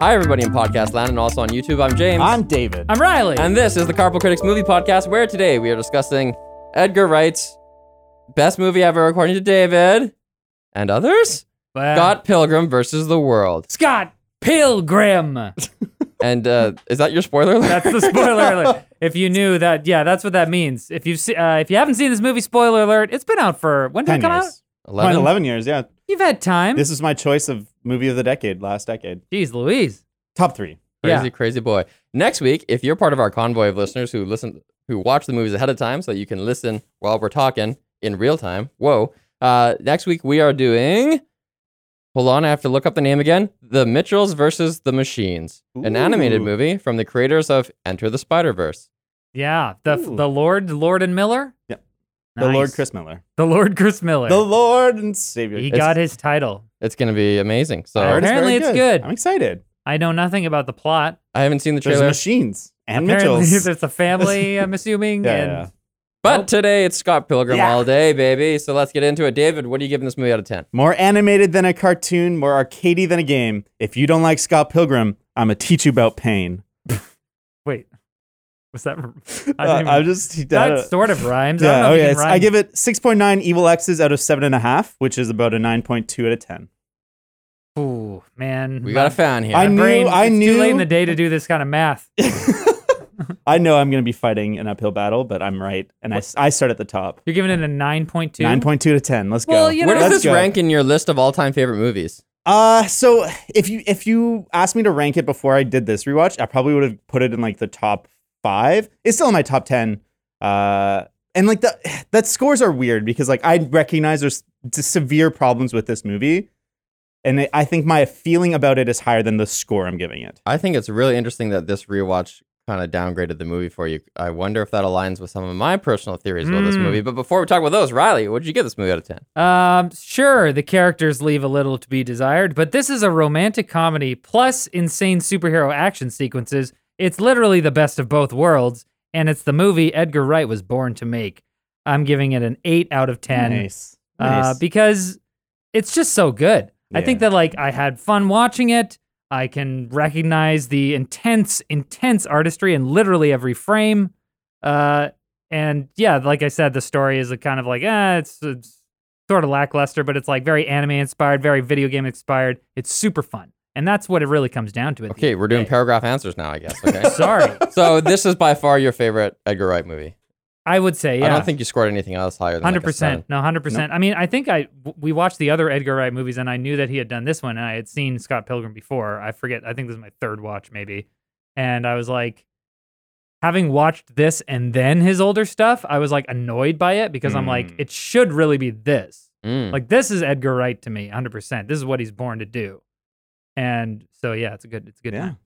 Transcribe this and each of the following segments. Hi, everybody in podcast land and also on YouTube. I'm James. I'm David. I'm Riley. and this is the Carpal Critics Movie Podcast, where today we are discussing Edgar Wright's best movie ever, according to David and others, Well, Scott Pilgrim versus the World. Scott Pilgrim. And uh, is that your spoiler alert? That's the spoiler alert. If you knew that, yeah, that's what that means. If you've se- uh, if you haven't seen this movie, spoiler alert. It's been out for when did it come out? years. 11? Mine, 11 years, yeah. You've had time. This is my choice of movie of the decade, last decade. Jeez, Louise. Top three. Crazy, Yeah. crazy boy. Next week, if you're part of our convoy of listeners who listen, who watch the movies ahead of time, so that you can listen while we're talking in real time. Whoa! Uh, next week we are doing. Hold on, I have to look up the name again. The Mitchells versus the Machines, an animated Ooh. movie from the creators of Enter the Spider Verse. Yeah, the Ooh. the Lord, Lord and Miller. Yep. Nice. The Lord Chris Miller. The Lord Chris Miller. The Lord and Savior. he It's- got his title. It's gonna be amazing. So I heard very Apparently it's good. I'm excited. I know nothing about the plot. I haven't seen the There's trailer, machines and Apparently, Mitchells. there's a family. I'm assuming. Yeah, and yeah. but today it's Scott Pilgrim Yeah. all day, baby. So let's get into it. David, what are you giving this movie out of ten? More animated than a cartoon, more arcadey than a game. If you don't like Scott Pilgrim, I'm going to teach you about pain. Wait, was that? I didn't Uh, even- I'm just. that uh, sort of rhymes. I don't yeah, know if okay. you can it's- I rhyme. give it 6.9 evil X's out of 7.5, which is about a 9.2 out of 10. Ooh, man. We my- got a fan here. I knew- brain, I it's knew- Too late in the day to do this kind of math. I know I'm going to be fighting an uphill battle, but I'm right. And I, s- I start at the top. You're giving it a nine point two. 9.2 to 10. Let's Well, go. you know- Where does Let's this go. rank in your list of all-time favorite movies? Uh, so if you if you asked me to rank it before I did this rewatch, I probably would have put it in like the top 5. It's still in my top 10. Uh, and like the that scores are weird because like I recognize there's s- severe problems with this movie. And I- I think my feeling about it is higher than the score I'm giving it. I think it's really interesting that this rewatch kind of downgraded the movie for you. I wonder if that aligns with some of my personal theories about this Mm. movie. But before we talk about those, Riley, what did you give this movie out of 10? Um, sure, the characters leave a little to be desired, but this is a romantic comedy plus insane superhero action sequences. It's literally the best of both worlds, and it's the movie Edgar Wright was born to make. I'm giving it an eight out of ten. nice. uh, because it's just so good. I think Yeah. that like I had fun watching it. I can recognize the intense, intense artistry in literally every frame. Uh, and yeah, like I said, the story is a kind of like ah, it's, it's sort of lackluster, but it's like very anime inspired, very video game inspired. It's super fun, and that's what it really comes down to. At the Okay, end of we're the doing day. paragraph answers now, I guess. Okay. Sorry, so this is by far your favorite Edgar Wright movie. I would say yeah. I don't think you scored anything else higher than like, a Hundred percent. seven. No, hundred percent. I mean, I think I w- we watched the other Edgar Wright movies, and I knew that he had done this one, and I had seen Scott Pilgrim before. I forget. I think this is my third watch, maybe. And I was like, having watched this and then his older stuff, I was like annoyed by it because I'm Hmm. like, Mm. it should really be this. Mm. Like, this is Edgar Wright to me, hundred percent. This is what he's born to do. And so, yeah, it's a good, it's a good. Yeah. time.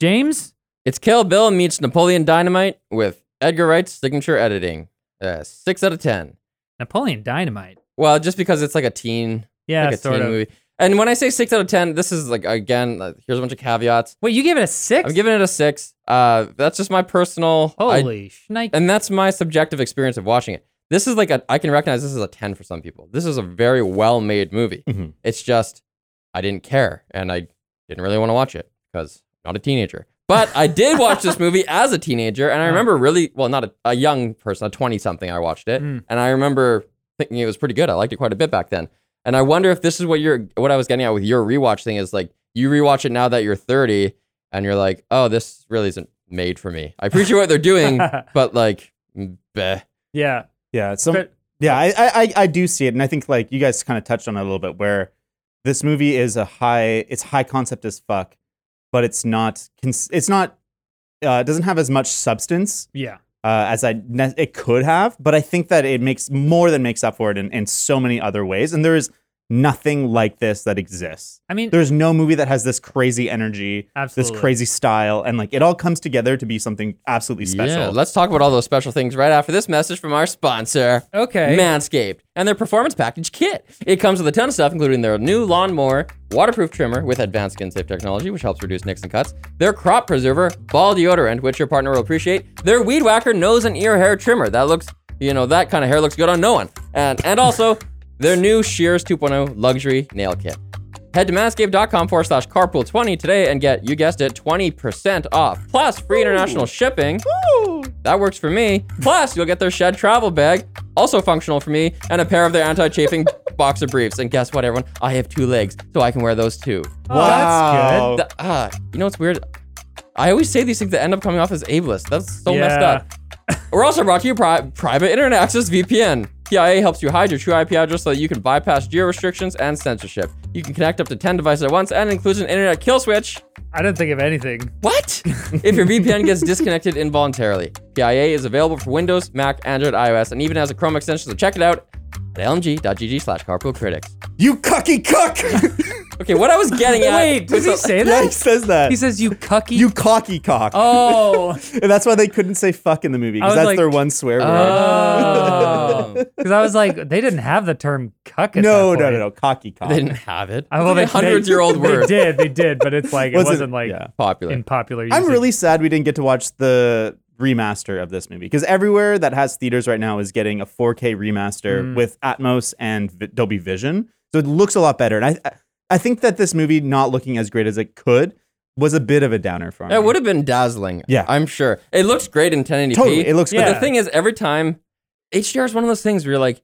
James, It's Kill Bill meets Napoleon Dynamite with Edgar Wright's signature editing. Uh, six out of 10. Napoleon Dynamite. Well, just because it's like a teen, Yeah, like a sort teen of. movie. And when I say six out of 10, this is like, again, uh, here's a bunch of caveats. Wait, you gave it a 6 I'm giving it a six. Uh, that's just my personal. I- Holy shnikes. and that's my subjective experience of watching it. This is like a. I can recognize this is a ten for some people. This is a very well made movie. Mhm. It's just I didn't care and I didn't really want to watch it because I'm not a teenager. But I did watch this movie as a teenager, and I Mm. remember really well, not a, a young person, a twenty something. I watched it, Mm. and I remember thinking it was pretty good. I liked it quite a bit back then. And I wonder if this is what you're, what I was getting at with your rewatch thing is like you rewatch it now that you're 30, and you're like, oh, this really isn't made for me. I appreciate what they're doing, but like, bleh. yeah. Yeah. So But- yeah, I, I I- I do see it, and I think like you guys kind of touched on it a little bit, where this movie is a high, it's high concept as fuck, but it's not, cons- it's not, uh, it doesn't have as much substance Yeah. uh, as I ne- it could have, but I think that it makes more than makes up for it in, in so many other ways, and there is nothing like this that exists. I mean, There's no movie that has this crazy energy, absolutely. this crazy style, and like it all comes together to be something absolutely special. Yeah, let's talk about all those special things right after this message from our sponsor. Okay. Manscaped and their performance package kit. It comes with a ton of stuff, including their new lawnmower, waterproof trimmer with advanced skin safe technology, which helps reduce nicks and cuts, their crop preserver, ball deodorant, which your partner will appreciate, their weed whacker nose and ear hair trimmer. That looks, you know, that kind of hair looks good on no one. And and also their new Shears 2.0 luxury oh nail kit. Head to manscaped.com forward slash carpool20 today and get, you guessed it, 20% off. Plus free international shipping. That works for me. Plus, you'll get their shed travel bag, also functional for me, and a pair of their anti chafing boxer briefs. And guess what, everyone? I have two legs, so I can wear those too. Oh. Wow. Th- ah, you know what's weird? I always say these things that end up coming off as ableist. That's so messed Yeah. up. We're also brought to you by Private Internet Access VPN. PIA helps you hide your true IP address so that you can bypass geo restrictions and censorship. You can connect up to 10 devices at once and includes an internet kill switch. I didn't think of anything. What? if your VPN gets disconnected involuntarily. PIA is available for Windows, Mac, Android, iOS, and even has a Chrome extension, so check it out at lmg.gg slash carpoolcritics. You cucky cuck! Okay, what I was getting at... Wait, does he was- say yeah, he that? says that. He says you cucky. you cocky cock. oh. And that's why they couldn't say fuck in the movie I because was that's like, their one swear word. Oh. Because I was like, they didn't have the term cuck. At No, that no, point. no, no, cocky cock. They didn't have it. I, well, they, a hundreds year old they, word. They did, they did, but it's like it Wasn't- wasn't, like yeah. Popular. in popular. Usage. I'm really sad we didn't get to watch the remaster of this movie because everywhere that has theaters right now is getting a 4K remaster Mm. with Atmos and Vi- Dolby Vision, so it looks a lot better. And I, I- I think that this movie not looking as great as it could was a bit of a downer for me. It would have been dazzling. Yeah. I'm sure. It looks great in 1080p. totally. It looks But Yeah. the thing is, every time HDR is one of those things where you're like,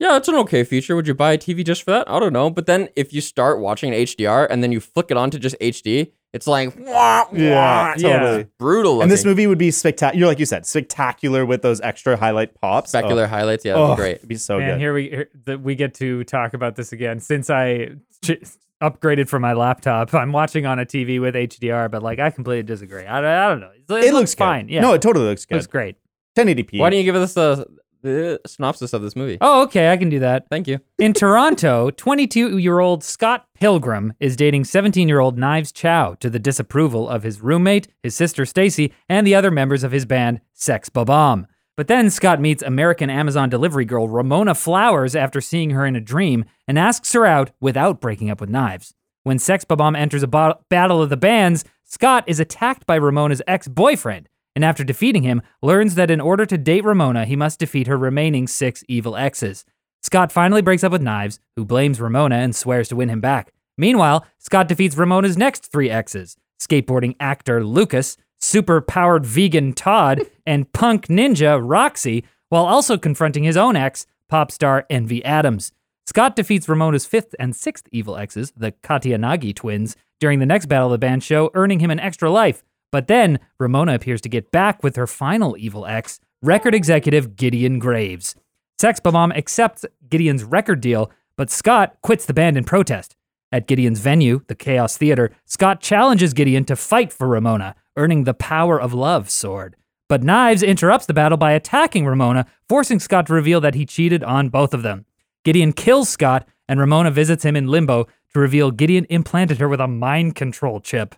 yeah, it's an okay feature. Would you buy a TV just for that? I don't know. But then if you start watching HDR and then you flick it on to just HD, it's like wah, good. Yeah, wah, Yeah. totally. brutal. Looking. And this movie would be spectacular, like you said, spectacular with those extra highlight pops. Oh, specular highlights, yeah, that'd Oh, be great. It'd be so Man, good. here we here, that we get to talk about this again. Since I ch- upgraded from my laptop, I'm watching on a TV with HDR, but like I completely disagree. I, don't- I don't know. It, it, looks good. fine. Yeah, No, it totally looks looks good. great. 1080p. Why don't you give us the, the synopsis of this movie? Oh, okay, I can do that. Thank you. In Toronto, 22 year old Scott Pilgrim is dating 17 year old Knives Chow to the disapproval of his roommate, his sister Stacy, and the other members of his band, Sex Babam. But then Scott meets American Amazon delivery girl Ramona Flowers after seeing her in a dream and asks her out without breaking up with Knives. When Sex Babam enters a bo- battle of the bands, Scott is attacked by Ramona's ex boyfriend, and after defeating him, learns that in order to date Ramona, he must defeat her remaining six evil exes. Scott finally breaks up with Knives, who blames Ramona and swears to win him back. Meanwhile, Scott defeats Ramona's next three exes skateboarding actor Lucas, super powered vegan Todd, and punk ninja Roxy, while also confronting his own ex, pop star Envy Adams. Scott defeats Ramona's fifth and sixth evil exes, the Katianagi twins, during the next Battle of the Band show, earning him an extra life. But then, Ramona appears to get back with her final evil ex, record executive Gideon Graves. Sex Bomb accepts Gideon's record deal, but Scott quits the band in protest. At Gideon's venue, the Chaos Theater, Scott challenges Gideon to fight for Ramona, earning the Power of Love sword. But Knives interrupts the battle by attacking Ramona, forcing Scott to reveal that he cheated on both of them. Gideon kills Scott, and Ramona visits him in limbo to reveal Gideon implanted her with a mind control chip.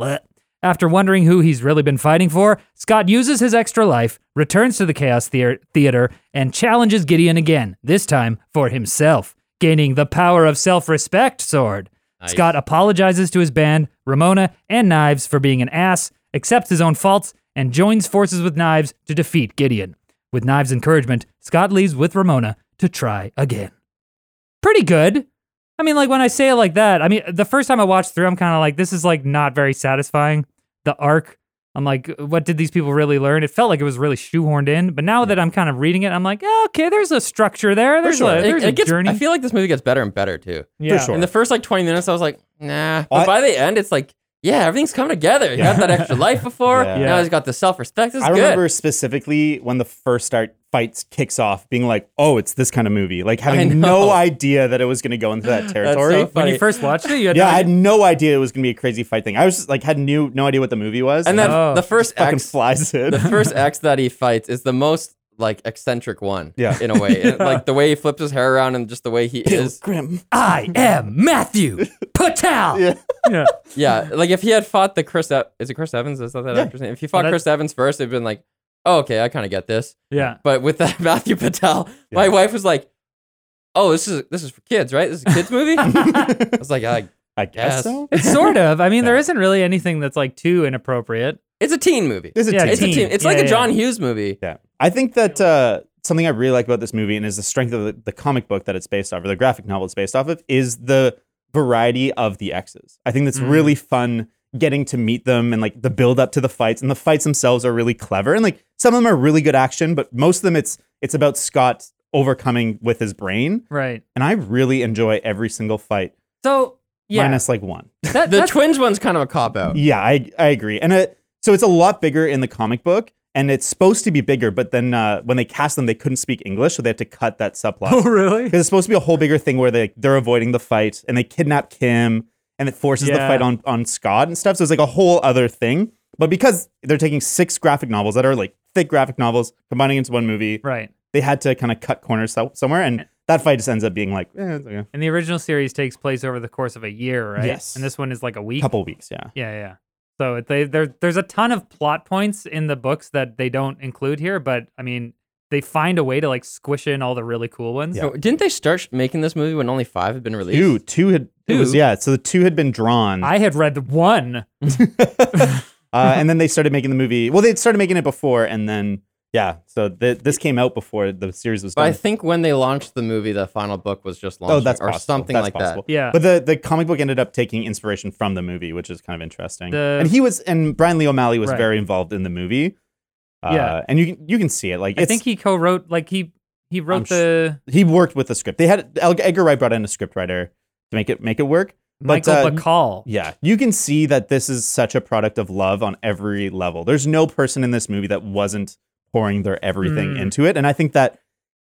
Blech. After wondering who he's really been fighting for, Scott uses his extra life, returns to the Chaos Theor- Theater, and challenges Gideon again, this time for himself, gaining the power of self respect sword. Nice. Scott apologizes to his band, Ramona, and Knives for being an ass, accepts his own faults, and joins forces with Knives to defeat Gideon. With Knives' encouragement, Scott leaves with Ramona to try again. Pretty good. I mean, like when I say it like that, I mean, the first time I watched through, I'm kind of like, this is like not very satisfying. The arc, I'm like, what did these people really learn? It felt like it was really shoehorned in. But now that I'm kind of reading it, I'm like, yeah, okay, there's a structure there. There's sure. a, It- there's it a gets- journey. I feel like this movie gets better and better too. yeah. sure. In the first like 20 minutes, I was like, nah. But I- by the end, it's like, yeah, everything's coming together. You Yeah. got that extra life before. Yeah. Now he's got the self respect. This is I good. remember specifically when the first start fights kicks off, being like, "Oh, it's this kind of movie." Like having know. no idea that it was going to go into that territory. so When funny. you first watched it, you had yeah, no I idea- had no idea it was going to be a crazy fight thing. I was just like, had new no idea what the movie was, and then Oh. the first fucking X, flies in. the first X that he fights is the most like eccentric one. Yeah. in a way, And, like the way he flips his hair around and just the way he is. grim. I am Matthew Patel. Yeah. Yeah. Yeah, like if he had fought the Chris, e- is it Chris Evans? Is that that actor's name? If he fought Well, Chris Evans first, it'd been like, oh, okay, I kind of get this. Yeah. But with that Matthew Patel, my Yeah. wife was like, oh, this is this is for kids, right? This is a kids movie. I was like, I, I guess Yes. so. It's sort of. I mean, there Yeah. isn't really anything that's like too inappropriate. it's a teen movie. There's a Yeah, teen. It's a teen. teen. It's Yeah, like a yeah. John Hughes movie. Yeah. I think that uh, something I really like about this movie and is the strength of the, the comic book that it's based off or the graphic novel it's based off of is the variety of the exes. I think that's Mm. really fun getting to meet them and like the build up to the fights and the fights themselves are really clever and like some of them are really good action, but most of them it's it's about Scott overcoming with his brain Right. and I really enjoy every single fight So yeah, minus like one. that, The that's- twins one's kind of a cop out. Yeah, I I agree. And it, so it's a lot bigger in the comic book, and it's supposed to be bigger. But then uh, when they cast them, they couldn't speak English, so they had to cut that oh subplot really? because it's supposed to be a whole bigger thing where they they're avoiding the fight and they kidnap Kim and it forces the Yeah. fight on on Scott and stuff. So it's like a whole other thing. But because they're taking six graphic novels that are like thick graphic novels, combining into one movie, Right. they had to kind of cut corners so- somewhere, and that fight just ends up being like eh, it's okay. And the original series takes place over the course of a year, right? Yes. And this one is like a a week. couple weeks, yeah. Yeah, yeah. So it- they, there, there's a ton of plot points in the books that they don't include here, but I mean, they find a way to like squish in all the really cool ones. Oh, Didn't they start sh- making this movie when only five had been released? Two, two had it was Two? yeah. So the two had been drawn. I had read one. uh, and then they started making the movie. Well, they started making it before, and then yeah, so th- this came out before the series was But I done. think when they launched the movie, the final book was just launched oh, that's or possible. something That's like possible. Yeah. But the, the comic book ended up taking inspiration from the movie, which is kind of interesting. The- and he was and Brian Lee O'Malley was Right. very involved in the movie. Uh, Yeah. and you can you can see it like I it's- think he co-wrote, like he he wrote sure- the he worked with the script. They had Ed- Edgar Wright brought in a script writer to make it make it work. But, Michael uh, Bacall. Yeah, you can see that this is such a product of love on every level. There's no person in this movie that wasn't pouring their everything Mm. into it, and I think that,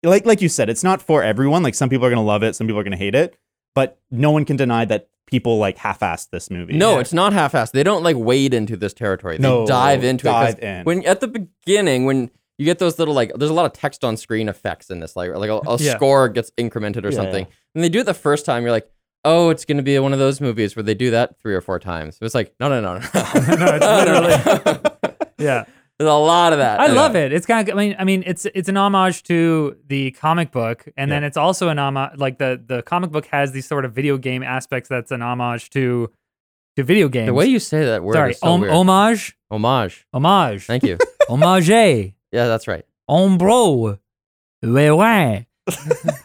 like like you said, it's not for everyone. Like some people are gonna love it, some people are gonna hate it, but no one can deny that people like half-assed this that. movie. No, Yeah. it's not half-assed. They don't like wade into this territory. They No, dive into it. 'cause dive in. When at the beginning, when you get those little like, there's a lot of text on screen effects in this. Like like a, a Yeah. score gets incremented or Yeah, something. And they do it the first time. You're like, oh, it's gonna be one of those movies where they do that three or four times. It's like, no, no, no, no, literally- Yeah. There's a lot of that. I love it. It's kind of. I mean, I mean, it's it's an homage to the comic book, and then it's also an homage. Like the the comic book has these sort of video game aspects. That's an homage to to video games. The way you say that word sorry, is so om- weird. homage, homage. homage, Thank you. homage, yeah, that's right. ombro, ouais ouais.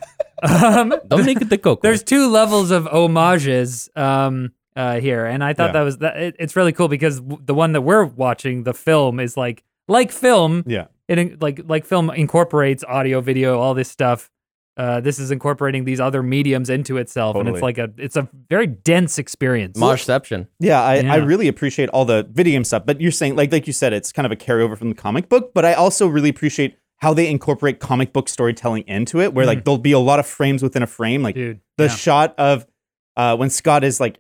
um, Dominique de Coco. there's two levels of homages um, uh, here, and I thought Yeah. that was that. It, it's really cool because w- the one that we're watching, the film, is like like film. Yeah. it in- like like film incorporates audio, video, all this stuff. Uh, this is incorporating these other mediums into itself, and it's Totally. like a it's a very dense experience. Majception. Yeah, I, I Yeah. really appreciate all the video game stuff. But you're saying, like, like you said, it's kind of a carryover from the comic book. But I also really appreciate how they incorporate comic book storytelling into it, where Mm. like there'll be a lot of frames within a frame. Like dude. the yeah. shot of uh, when Scott is like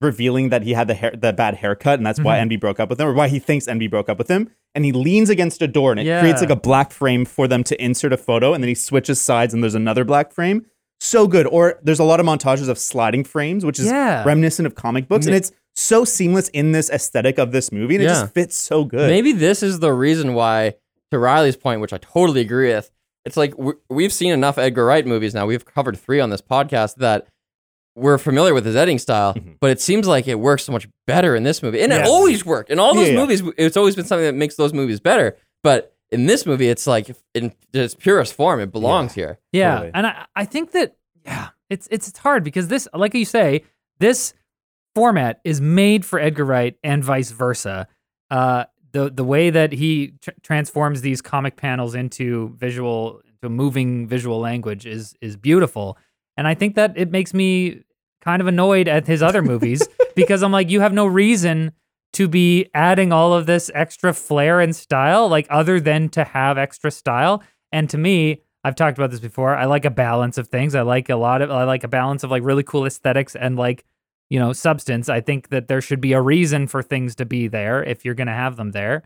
revealing that he had the hair, the bad haircut, and that's why Mhm. Envy broke up with him, or why he thinks Envy broke up with him. And he leans against a door, and it Yeah. creates like a black frame for them to insert a photo. And then he switches sides, and there's another black frame. So good. Or there's a lot of montages of sliding frames, which is Yeah. reminiscent of comic books, and it's so seamless in this aesthetic of this movie, and it Yeah. just fits so good. Maybe this is the reason why, to Riley's point, which I totally agree with, it's like we- we've seen enough Edgar Wright movies now. We've covered three on this podcast that we're familiar with his editing style, Mhm. but it seems like it works so much better in this movie. And it Yes. always worked. In all those Yeah, yeah. movies, it's always been something that makes those movies better. But in this movie, it's like in its purest form, it belongs here. Yeah, Totally. and I, I think that yeah, it's it's it's hard because this, like you say, this format is made for Edgar Wright and vice versa. Uh, the the way that he tr- transforms these comic panels into visual, into moving visual language is is beautiful, and I think that it makes me kind of annoyed at his other movies because I'm like, you have no reason to be adding all of this extra flair and style, like other than to have extra style. And to me, I've talked about this before. I like a balance of things. I like a lot of I like a balance of like really cool aesthetics and like, you know, substance. I think that there should be a reason for things to be there if you're gonna have them there.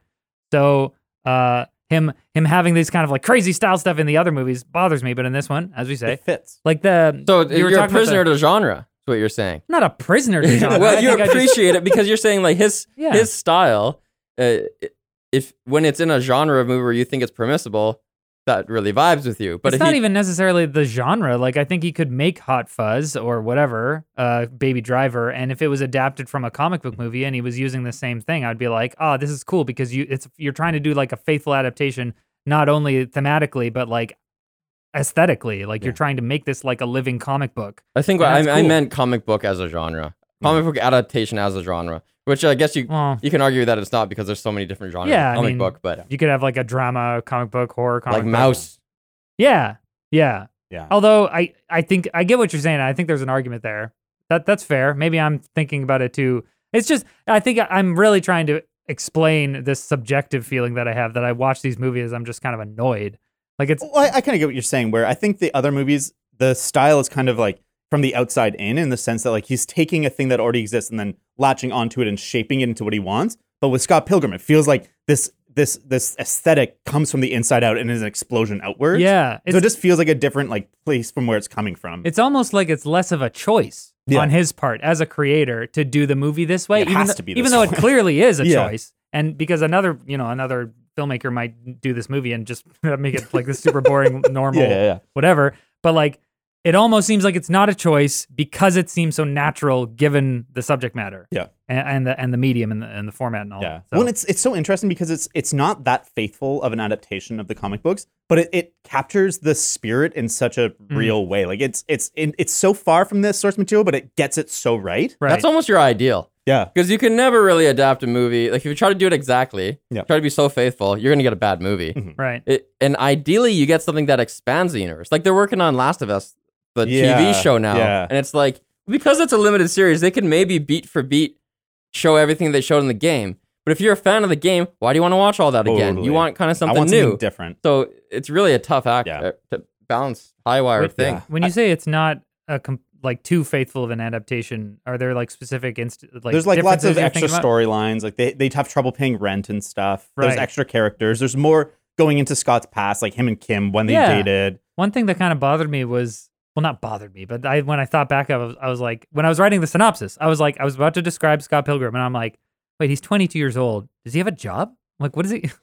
So uh him him having these kind of like crazy style stuff in the other movies bothers me, but in this one, as we say, it fits. like the So you were you're a talking about the- prisoner to genre, is what you're saying. I'm not a prisoner to genre. I well, you think I just- appreciate it because you're saying like his Yeah. his style. Uh, if when it's in a genre of movie where you think it's permissible, that really vibes with you. But it's if not he, even necessarily the genre. Like I think he could make Hot Fuzz or whatever, uh, Baby Driver, and if it was adapted from a comic book movie and he was using the same thing, I'd be like, oh, this is cool because you it's you're trying to do like a faithful adaptation, not only thematically but like aesthetically. Like you're Yeah. trying to make this like a living comic book. I think Yeah, I, that's I cool. meant comic book as a genre, comic book adaptation as a genre, which I guess you Well, you can argue that it's not because there's so many different genres. Mm. Yeah, I of comic mean, book, but you could have like a drama, comic book, horror, comic like book. Mouse, Yeah, yeah. Yeah. Although I, I think I get what you're saying. I think there's an argument there. That that's fair. Maybe I'm thinking about it too. It's just I think I- I'm really trying to explain this subjective feeling that I have that I watch these movies. I'm just kind of annoyed. Like it's Well, I, I kind of get what you're saying. Where I think the other movies, the style is kind of like from the outside in, in the sense that like he's taking a thing that already exists and then latching onto it and shaping it into what he wants. But with Scott Pilgrim, it feels like this this this aesthetic comes from the inside out and is an explosion outwards. yeah. It's, so it just feels like a different like place from where it's coming from. it's almost like it's less of a choice Yeah. on his part as a creator to do the movie this way. It even has though, to be even this though it way. clearly is a Yeah. choice, and because another you know another filmmaker might do this movie and just make it like this super boring normal yeah, yeah, yeah. whatever. But like, it almost seems like it's not a choice because it seems so natural given the subject matter. Yeah. and, and the and the medium and the, and the format and all. Yeah. that. So, Well, it's it's so interesting because it's it's not that faithful of an adaptation of the comic books, but it, it captures the spirit in such a Mm-hmm. real way. Like it's it's it, it's so far from the source material, but it gets it so right. right. that's almost your ideal. Yeah. Because you can never really adapt a movie. Like if you try to do it exactly, Yeah. try to be so faithful, you're gonna get a bad movie. right. It, and ideally, you get something that expands the universe. Like they're working on Last of Us, the Yeah, TV show now, yeah. and it's like because it's a limited series, they can maybe beat for beat show everything they showed in the game. But if you're a fan of the game, why do you want to watch all that again? Totally. You want kind of something I want new. something different. so it's really a tough act Yeah. uh, to balance high wire Wait, thing. yeah. When you say it's not a com- like too faithful of an adaptation, are there like specific inst- like There's like lots differences of you're extra thinking about? storylines. Like they they have trouble paying rent and stuff. There's Right. extra characters. There's more going into Scott's past, like him and Kim when they Yeah. dated. One thing that kind of bothered me was well, not bothered me, but I when I thought back of, it, I was like, when I was writing the synopsis, I was like, I was about to describe Scott Pilgrim, and I'm like, wait, he's 22 years old. Does he have a job? I'm like, what is he?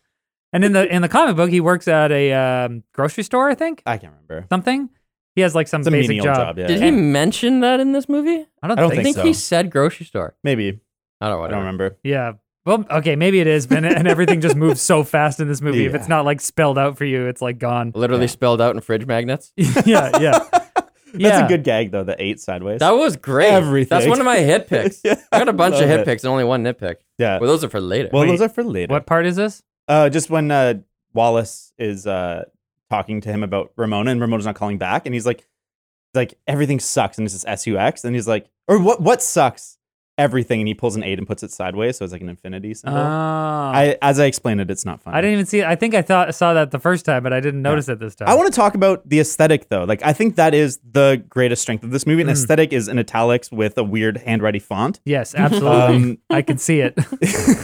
And in the in the comic book, he works at a um, grocery store, I think, I can't remember. something. He has like some It's a basic menial job. job. yeah. Did he mention that in this movie? I don't, I don't I think. think, so. he said grocery store. Maybe. I don't know. I don't remember. Yeah. Well, okay, maybe it is, and, and everything just moves so fast in this movie. If Yeah. it's not like spelled out for you, it's like gone. Literally Yeah. spelled out in fridge magnets. yeah, yeah. That's Yeah. a good gag though. The eight sideways. That was great. Everything. That's one of my hit picks. Yeah. I got a bunch of Love hit it. picks and only one nitpick. yeah. Well, those are for later. Well, Wait, those are for later. What part is this? Uh, just when uh, Wallace is uh, talking to him about Ramona, and Ramona's not calling back, and he's like, like everything sucks, and it's this sux, and he's like, or what what sucks? Everything, and he pulls an eight and puts it sideways, so it's like an infinity symbol. Ah. I, as I explained it, it's not funny. I didn't even see. I think I thought saw that the first time, but I didn't notice it this time. I want to talk about the aesthetic though. Like, I think that is the greatest strength of this movie. And Mm. aesthetic is in italics with a weird handwriting font. yes, absolutely. Um, I can see it.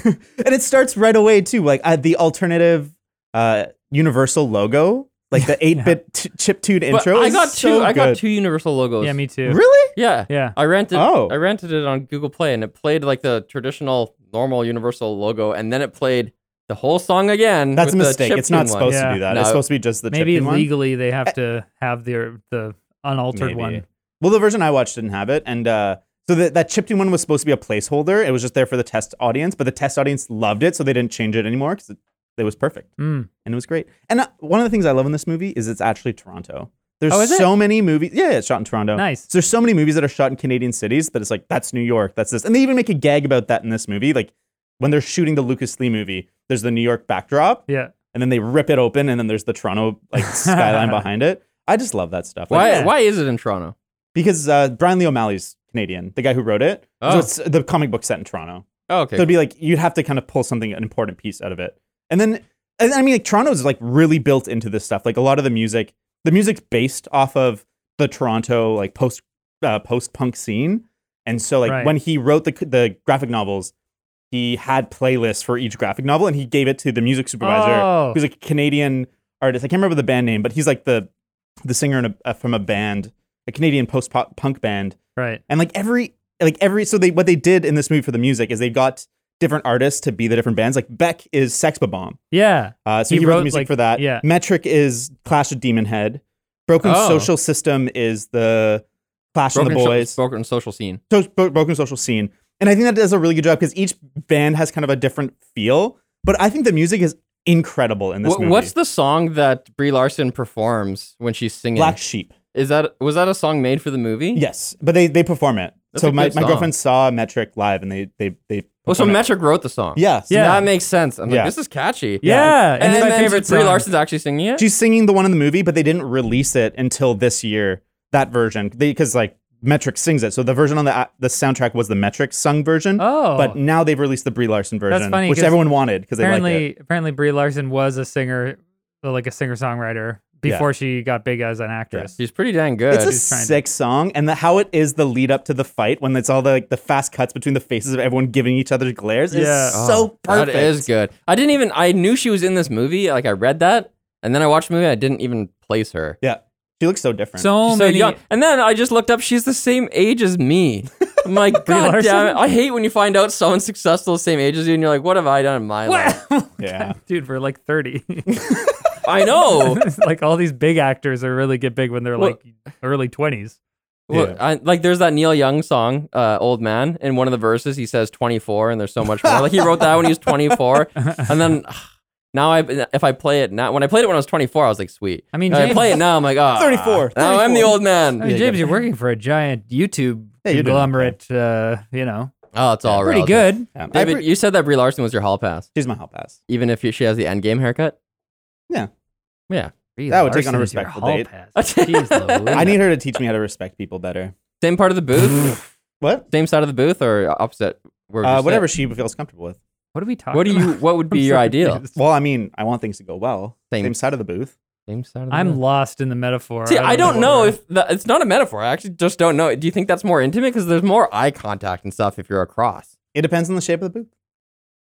and it starts right away too. Like uh, the alternative uh, Universal logo, like the eight bit t- chiptune But intro. I is got two. so I got good. two Universal logos. yeah, me too. Really? Yeah. Yeah. I rented. Oh. I rented it on Google Play, and it played like the traditional, normal Universal logo, and then it played the whole song again. That's a with the mistake. It's not chiptune one. supposed Yeah. to do that. No. It's supposed to be just the Maybe chiptune one. Eh. legally they have to have their the unaltered Maybe. one. Well, the version I watched didn't have it, and uh, so that that chiptune one was supposed to be a placeholder. It was just there for the test audience, but the test audience loved it, so they didn't change it anymore because it, it was perfect Mm. and it was great. And uh, one of the things I love in this movie is it's actually Toronto. There's Oh, is it? so many movies. Yeah, it's shot in Toronto. Nice. So there's so many movies that are shot in Canadian cities that it's like that's New York, that's this, and they even make a gag about that in this movie. Like when they're shooting the Lucas Lee movie, there's the New York backdrop, Yeah. and then they rip it open, and then there's the Toronto like skyline behind it. I just love that stuff. Like, Why? Yeah. Why is it in Toronto? Because uh, Brian Lee O'Malley's Canadian, the guy who wrote it. Oh. So it's the comic book set in Toronto. Oh, okay. So it'd be like you'd have to kind of pull something an important piece out of it. And then and I mean like Toronto's like really built into this stuff. Like a lot of the music, the music's based off of the Toronto like post uh, post punk scene. And so like Right. when he wrote the the graphic novels, he had playlists for each graphic novel and he gave it to the music supervisor Oh. who's a Canadian artist. I can't remember the band name, but he's like the the singer in a, uh, from a band, a Canadian post punk band Right. and like every like every so they what they did in this movie for the music is they got different artists to be the different bands. Like Beck is Sex Bomb. Yeah. Uh so He he, wrote, wrote, the music like- for that. yeah. Metric is Clash of Demon Head. Broken Oh. Social System is the Clash broken of the so- Boys. broken social scene. So- Bro- broken Social Scene. And I think that does a really good job because each band has kind of a different feel. But I think the music is incredible in this Wh- movie. what's the song that Brie Larson performs when she's singing? Black Sheep? Is that was that a song made for the movie? Yes, but they they perform it. That's a so good my, my song. girlfriend saw Metric live, and they they they. Well, Oh, so perform it. Metric wrote the song. Yeah, so Yeah. That makes sense. I'm like, Yeah. this is catchy. Yeah, And, it's then, my then favorite Brie song. Larson's actually singing it. She's singing the one in the movie, but they didn't release it until this year. That version, because like Metric sings it, so the version on the uh, the soundtrack was the Metric sung version. Oh, But now they've released the Brie Larson version, funny, which 'cause everyone wanted because they like apparently, it. apparently Brie Larson was a singer, uh, like a singer songwriter before she got big as an actress. She's pretty dang good. It's a she's trying to- sick song, and the, how it is the lead up to the fight when it's all the like the fast cuts between the faces of everyone giving each other glares is Yeah. Oh, so perfect. That is good. I didn't even. I knew she was in this movie. Like I read that, and then I watched the movie. I didn't even place her. Yeah, she looks so different. So She's so many. young. And then I just looked up. She's the same age as me. I'm like, Brie God damn it! Larson? I hate when you find out someone's successful the same age as you, and you're like, What have I done in my life? What? Yeah. Dude, we're like 30. I know. like all these big actors are really get big when they're Well- like early 20s. Well, Yeah. I, like there's that Neil Young song, uh, "Old Man." In one of the verses, he says 24, and there's so much more. Like he wrote that when he was 24, and then now I, if I play it now, when I played it when I was 24, I was like, sweet. I mean, When I James- play it now, I'm like, ah, 34, Now I'm the 34. old man. I mean, Yeah, James, yeah. you're working for a giant YouTube Yeah, you're doing conglomerate, uh, you know, Oh, it's all pretty relative. good. Yeah, I David, appre- you said that Brie Larson was your hall pass, she's my hall pass. even if she has the end game haircut. Brie That would take on a Larson's your respectful hall date. pass. Jeez Louise. I need her to teach me how to respect people better. Same part of the booth, What? same side of the booth, or opposite. Where would you Uh, sit? whatever she feels comfortable with. What are we talking What do you? about? What would be I'm your so ideal? confused. Well, I mean, I want things to go well. Same. Same, side of the booth. Same side of the booth. I'm lost in the metaphor. See, I don't what know we're- if that, it's not a metaphor. I actually just don't know. Do you think that's more intimate? Because there's more eye contact and stuff if you're across. It depends on the shape of the booth.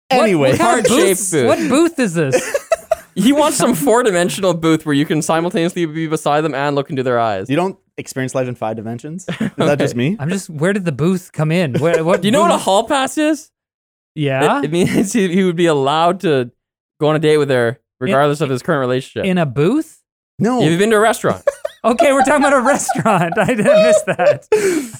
What- Anyway, what kind of Heart-shaped booth- booth. What booth is this? You want some four dimensional booth where you can simultaneously be beside them and look into their eyes. you don't experience life in five dimensions. Is that just me? I'm just. Where did the booth come in? Where, what? Do you know what a booth- hall pass is? Yeah. It, it means he, he would be allowed to go on a date with her regardless of his current relationship. in a booth. No. You've been to a restaurant. Okay, we're talking about a restaurant. I didn't miss that.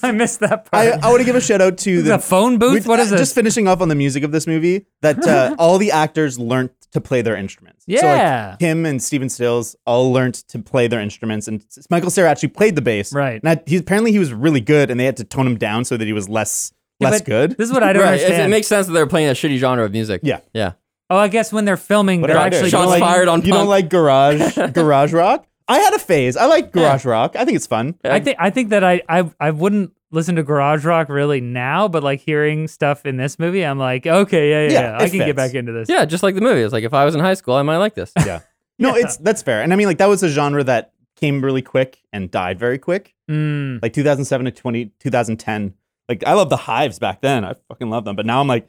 I missed that part. I, I want to give a shout out to the the. phone booth. we- what is uh, this? Just finishing off on the music of this movie, that uh, all the actors learned to play their instruments. So, like, yeah. Kim and Steven Stills all learned to play their instruments, and S- Michael Cera actually played the bass. Right. Now, he, apparently he was really good, and they had to tone him down so that he was less Yeah, less but good. This is what I don't right. it's- It understand. makes sense that they're playing a shitty genre of music. Yeah. Yeah. oh, I guess when they're filming, What they're about actually this? You don't Shots going- fired on you punk. don't like garage garage rock? I had a phase. I like garage rock. I think it's fun. I think I think that I, I I wouldn't listen to garage rock really now, but like hearing stuff in this movie, I'm like, okay, yeah, yeah, Yeah, yeah, it I can get fits. back into this. Yeah, just like the movie. It's like if I was in high school, I might like this. Yeah. No, it's that's fair. And I mean, like that was a genre that came really quick and died very quick. Mm. Like 2007 to 20, 2010. Like I love the Hives back then. I fucking love them. But now I'm like,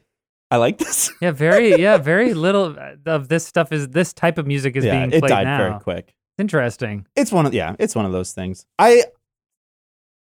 I like this. yeah, very, yeah, very little of this stuff is this type of music is yeah, being it played died now. very quick. It's interesting. it's one of yeah, it's one of those things. I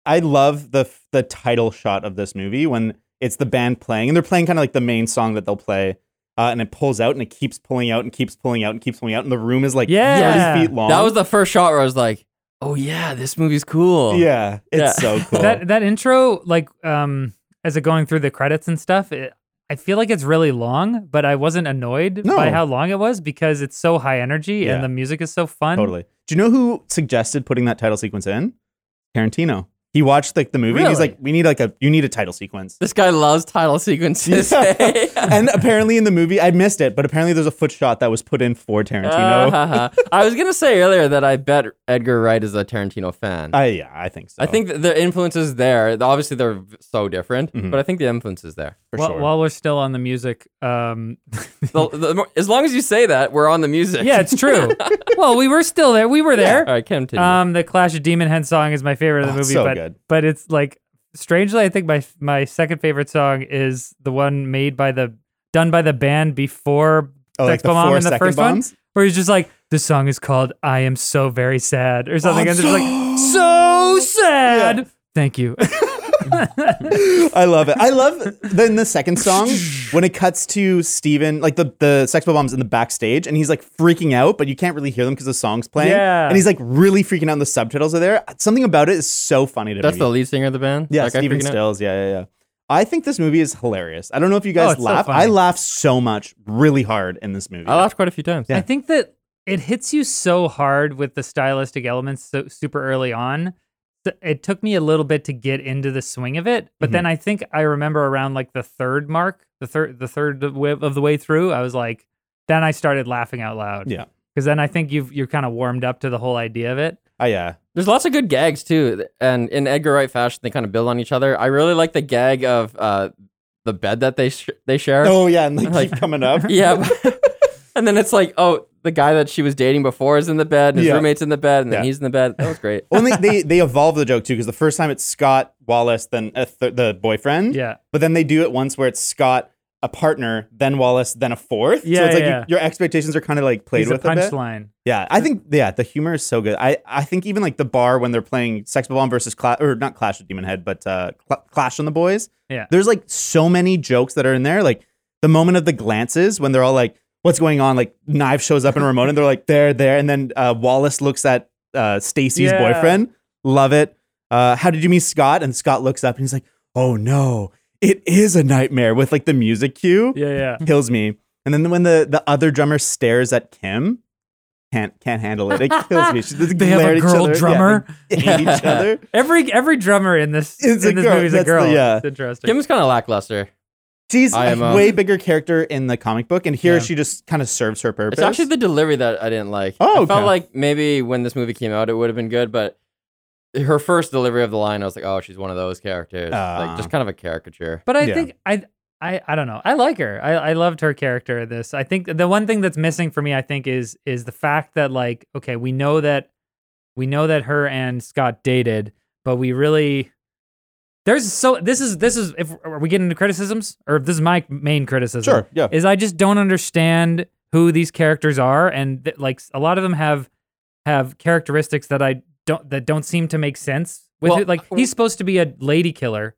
I love the the title shot of this movie when it's the band playing and they're playing kind of like the main song that they'll play. Uh, and it pulls out and it keeps pulling out and keeps pulling out and keeps pulling out and the room is like Yeah. 30 feet long. That was the first shot where I was like, oh yeah, this movie's cool. Yeah, it's Yeah. so cool. That that intro, like, um, as it going through the credits and stuff, it, I feel like it's really long, but I wasn't annoyed No. by how long it was because it's so high energy Yeah. and the music is so fun. totally. Do you know who suggested putting that title sequence in? Tarantino. He watched like the movie and he's Really? like we need like a you need a title sequence. This guy loves title sequences. Yeah. eh? and apparently in the movie I missed it, but apparently there's a foot shot that was put in for Tarantino. Uh, I was gonna say earlier that I bet Edgar Wright is a Tarantino fan. I- yeah, I think so. I think that the influence is there. Obviously, they're v- so different, Mhm. but I think the influence is there. for While, sure. while we're still on the music, um, The- the more- as long as you say that, we're on the music. yeah, it's true. well, we were still there. We were All there. right, continue. Um, the Clash of Demon Head song is my favorite of the Oh, movie, so but good. but it's like strangely, I think my my second favorite song is the one made by the done by the band before Oh, like Sex the Bomb four in the second first bombs? one, where he's just like, "This song is called I Am So Very Sad" or Oh, something, and it's like so sad. Thank you. I love it. I love then the second song when it cuts to Steven, like the the sex bombs in the backstage, and he's like freaking out, but you can't really hear them because the song's playing. Yeah. and he's like really freaking out. And the subtitles are there. Something about it is so funny to That's me. the lead singer of the band. yeah, That guy Steven freaking out? Stills. Yeah, yeah, yeah. I think this movie is hilarious. I don't know if you Oh, guys it's so laugh. funny. I laughed so much, really hard in this movie. I laughed quite a few times. Yeah. I think that it hits you so hard with the stylistic elements so, super early on. th- It took me a little bit to get into the swing of it, Mm-hmm. but then I think I remember around like the third mark, the third, the third of wi- of the way through, I was like, then I started laughing out loud. Yeah. because then I think you've you're kind of warmed up to the whole idea of it. Oh yeah. There's lots of good gags too, and in Edgar Wright fashion, they kind of build on each other. I really like the gag of uh, the bed that they sh- they share. Oh yeah, and like, Like- keep coming up. Yeah, but- and then it's like, oh, the guy that she was dating before is in the bed, and his Yeah. roommate's in the bed, and then Yeah. he's in the bed. That was great. Only they they evolve the joke too because the first time it's Scott Wallace then a th- the boyfriend. Yeah, But then they do it once where it's Scott a partner, then Wallace, then a fourth. Yeah, so it's like yeah. you- your expectations are kind of like played he's a with a bit. punchline. Yeah, I think yeah, the humor is so good. I I think even like the bar when they're playing Sex Bomb versus Clash or not Clash of Demon Head, but uh, Cla Clash on the Boys. Yeah. there's like so many jokes that are in there. Like the moment of the glances when they're all like, "What's going on?" Like Knife shows up and Ramona, and they're like, "There, there," and then uh, Wallace looks at uh, Stacy's Yeah. boyfriend. Love it. Uh, How did you meet Scott? And Scott looks up and he's like, "Oh no, it is a nightmare." With like the music cue Yeah, yeah. kills me. And then when the, the other drummer stares at Kim, can't can't handle it. It kills me. She- They have glare a at each girl other. Yeah, drummer. they hate each other. Every every drummer in this It's a in this girl. movie is a That's the- girl. yeah. It's interesting. Kim's kind of lackluster. She's I am, a uh, way bigger character in the comic book, and here Yeah. she just kind of serves her purpose. It's actually the delivery that I didn't like. Oh, I felt okay. like maybe when this movie came out, it would have been good, but her first delivery of the line, I was like, oh, she's one of those characters, Ah. like just kind of a caricature. But I Yeah. think I I I don't know. I like her. I I loved her character in this. I think the one thing that's missing for me I think is is the fact that like okay, we know that we know that her and Scott dated, but we really there's so this is this is if are we getting into criticisms or if this is my main criticism sure, yeah, is I just don't understand who these characters are, and th- like s- a lot of them have have characteristics that I don't that don't seem to make sense. With Well, it. like uh, he's supposed to be a lady killer,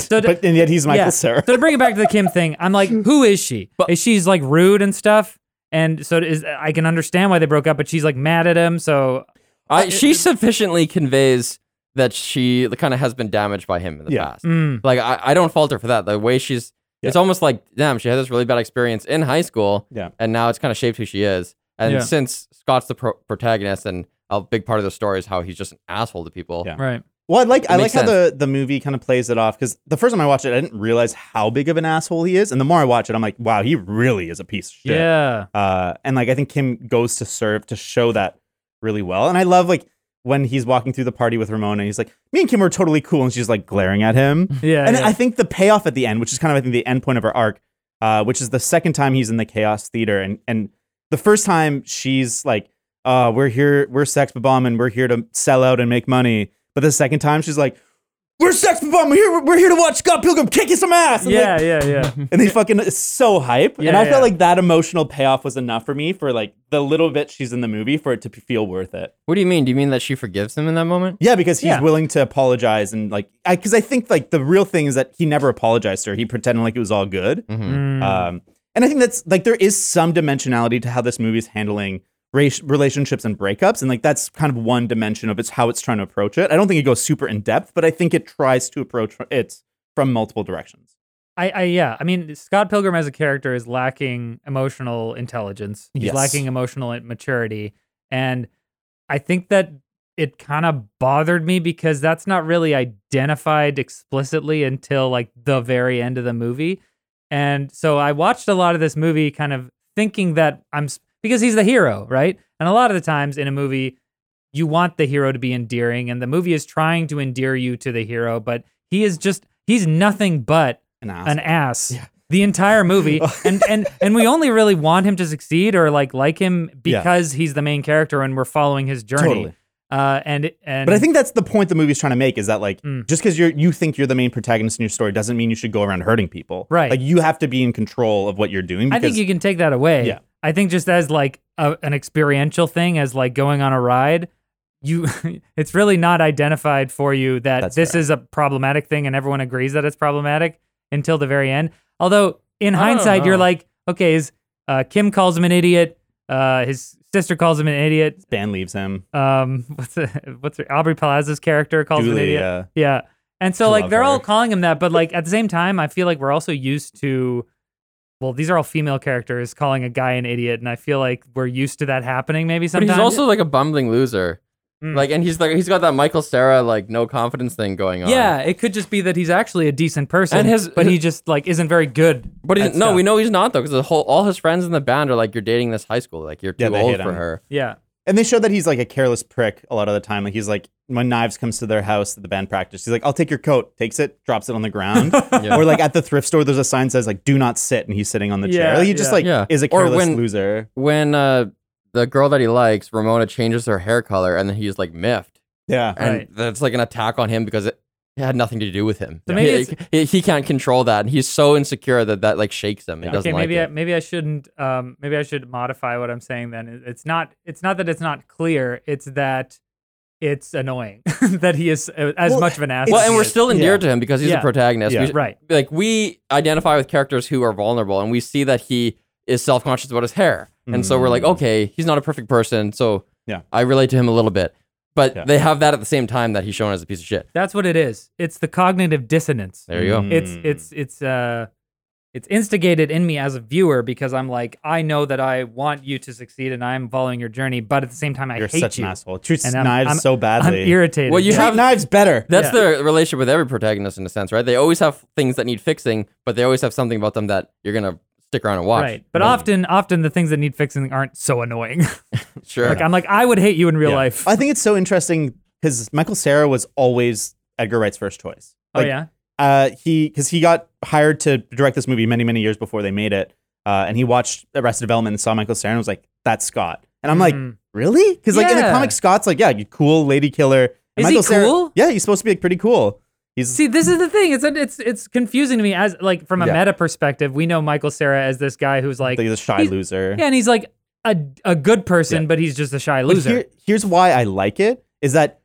so to, but and yet he's Michael yeah. Cera. so to bring it back to the Kim thing, I'm like, who is she? But- is she's like rude and stuff? And so is I can understand why they broke up, but she's like mad at him. So I, she sufficiently conveys that she kind of has been damaged by him in the Yeah. past. mm, Like I, I don't fault her for that. The way she's Yeah. it's almost like damn, she had this really bad experience in high school. Yeah. And now it's kind of shaped who she is. And Yeah. since Scott's the pro- protagonist and a big part of the story is how he's just an asshole to people. Yeah. right, Well, I like I like makes how the the movie kind of plays it off because the first time I watched it, I didn't realize how big of an asshole he is, and the more I watch it, I'm like, wow, he really is a piece of shit. yeah, Uh, and like I think Kim goes to serve to show that really well. And I love like when he's walking through the party with Ramona, he's like, "Me and Kim were totally cool," and she's like glaring at him. yeah. and yeah. I think the payoff at the end, which is kind of I think the end point of her arc, uh, which is the second time he's in the Chaos Theater, and and the first time she's like, uh, "We're here, we're sex bomb, and we're here to sell out and make money." But the second time she's like. We're sex bomb. We're here. We're here to watch Scott Pilgrim kicking some ass. And, like, yeah, yeah, yeah. and they fucking it's so hype. Yeah, and I yeah. felt like that emotional payoff was enough for me for like the little bit she's in the movie for it to p- feel worth it. What do you mean? Do you mean that she forgives him in that moment? Yeah, because he's Yeah. willing to apologize and like I because I think like the real thing is that he never apologized to her. He pretended like it was all good. Mm-hmm. Mm. Um, and I think that's like there is some dimensionality to how this movie is handling race, relationships and breakups, and like that's kind of one dimension of it's how it's trying to approach it. I don't think it goes super in depth, but I think it tries to approach it from multiple directions. I, I yeah, I mean Scott Pilgrim as a character is lacking emotional intelligence. He's Yes. lacking emotional maturity, and I think that it kind of bothered me because that's not really identified explicitly until like the very end of the movie. And so I watched a lot of this movie kind of thinking that I'm s- because he's the hero, right? And a lot of the times in a movie you want the hero to be endearing and the movie is trying to endear you to the hero, but he is just he's nothing but And I an ass the entire movie Oh. and and and we only really want him to succeed or like like him because he's the main character and we're following his journey Totally. uh and and But I think that's the point the movie's trying to make is that like Mm. just because you are you think you're the main protagonist in your story doesn't mean you should go around hurting people. Right. Like you have to be in control of what you're doing. I Because, think you can take that away Yeah. i think just as like a, an experiential thing as like going on a ride you it's really not identified for you that That's this fair. is a problematic thing and everyone agrees that it's problematic until the very end although in I don't hindsight you're know. like okay is uh, kim calls him an idiot uh, his sister calls him an idiot Stan leaves him. um what's the, what's her, Aubrey Plaza's character calls him an Julie, idiot. uh, Yeah. And so like Love they're all her. calling him that, but like at the same time, I feel like we're also used to well, these are all female characters calling a guy an idiot, and I feel like we're used to that happening maybe But sometimes. he's also like a bumbling loser. Mm. Like, and he's like he's got that Michael Sarah like no confidence thing going on. yeah, it could just be that he's actually a decent person, And his- but he just like isn't very good. but he's, at no, stuff. we know he's not though, because the whole all his friends in the band are like, "You're dating this high school, like you're Yeah, too they old hate for him. her." Yeah, And they show that he's like a careless prick a lot of the time. Like he's like when Knives comes to their house at the band practice, he's like, "I'll take your coat." Takes it, drops it on the ground. Yeah. Or like at the thrift store, there's a sign that says like "Do not sit," and he's sitting on the chair. Yeah, Like, he just yeah. like Yeah. is a Or careless when- loser. When uh, the girl that he likes, Ramona, changes her hair color, and then he's like miffed, Yeah. and Right. that's like an attack on him because it, it had nothing to do with him. So maybe He- it's- he, he can't control that, and he's so insecure that that like shakes him. It Yeah. doesn't okay, like maybe it. I, maybe I shouldn't. Um, maybe I should modify what I'm saying. Then It- it's not. It's not that it's not clear. It's that it's annoying that he is uh, as Well, much of an asshole. well, It's- and we're yeah. still endeared Yeah. to him because he's Yeah. a protagonist. Yeah. We, right. like we identify with characters who are vulnerable and we see that he is self-conscious about his hair and so we're like Mm. okay he's not a perfect person so Yeah. i relate to him a little bit but Yeah. they have that at the same time that he's shown as a piece of shit That's what it is. It's the cognitive dissonance. there you go Mm. It's it's it's uh it's instigated in me as a viewer because I'm like I know that I want you to succeed and I'm following your journey, but at the same time I You're hate such you. an asshole. Treats And I'm- Knives I'm- so I'm badly. irritated. Well, you Treat have- Knives better. that's Yeah. the relationship with every protagonist in a sense right they always have things that need fixing but they always have something about them that you're gonna stick around and watch right, but often often the things that need fixing aren't so annoying. sure like I'm like I would hate you in real Yeah. life. I think it's so interesting because Michael Sarah was always Edgar Wright's first choice. oh Like, yeah, uh, he because he got hired to direct this movie many many years before they made it, uh, and he watched Arrested Development and saw Michael Cera and was like, "That's Scott." And I'm like, Mm. "Really?" Because like in the Yeah. comic, Scott's like, "Yeah, you cool lady killer." And Is he Michael Cera- cool? Yeah, he's supposed to be like pretty cool. He's See, this is the thing. It's it's it's confusing to me as like from a Yeah. meta perspective. We know Michael Sarah as this guy who's like, like, he's a shy he's- loser. yeah, and he's like a a good person, but he's just a shy But loser. here- here's why I like it is that,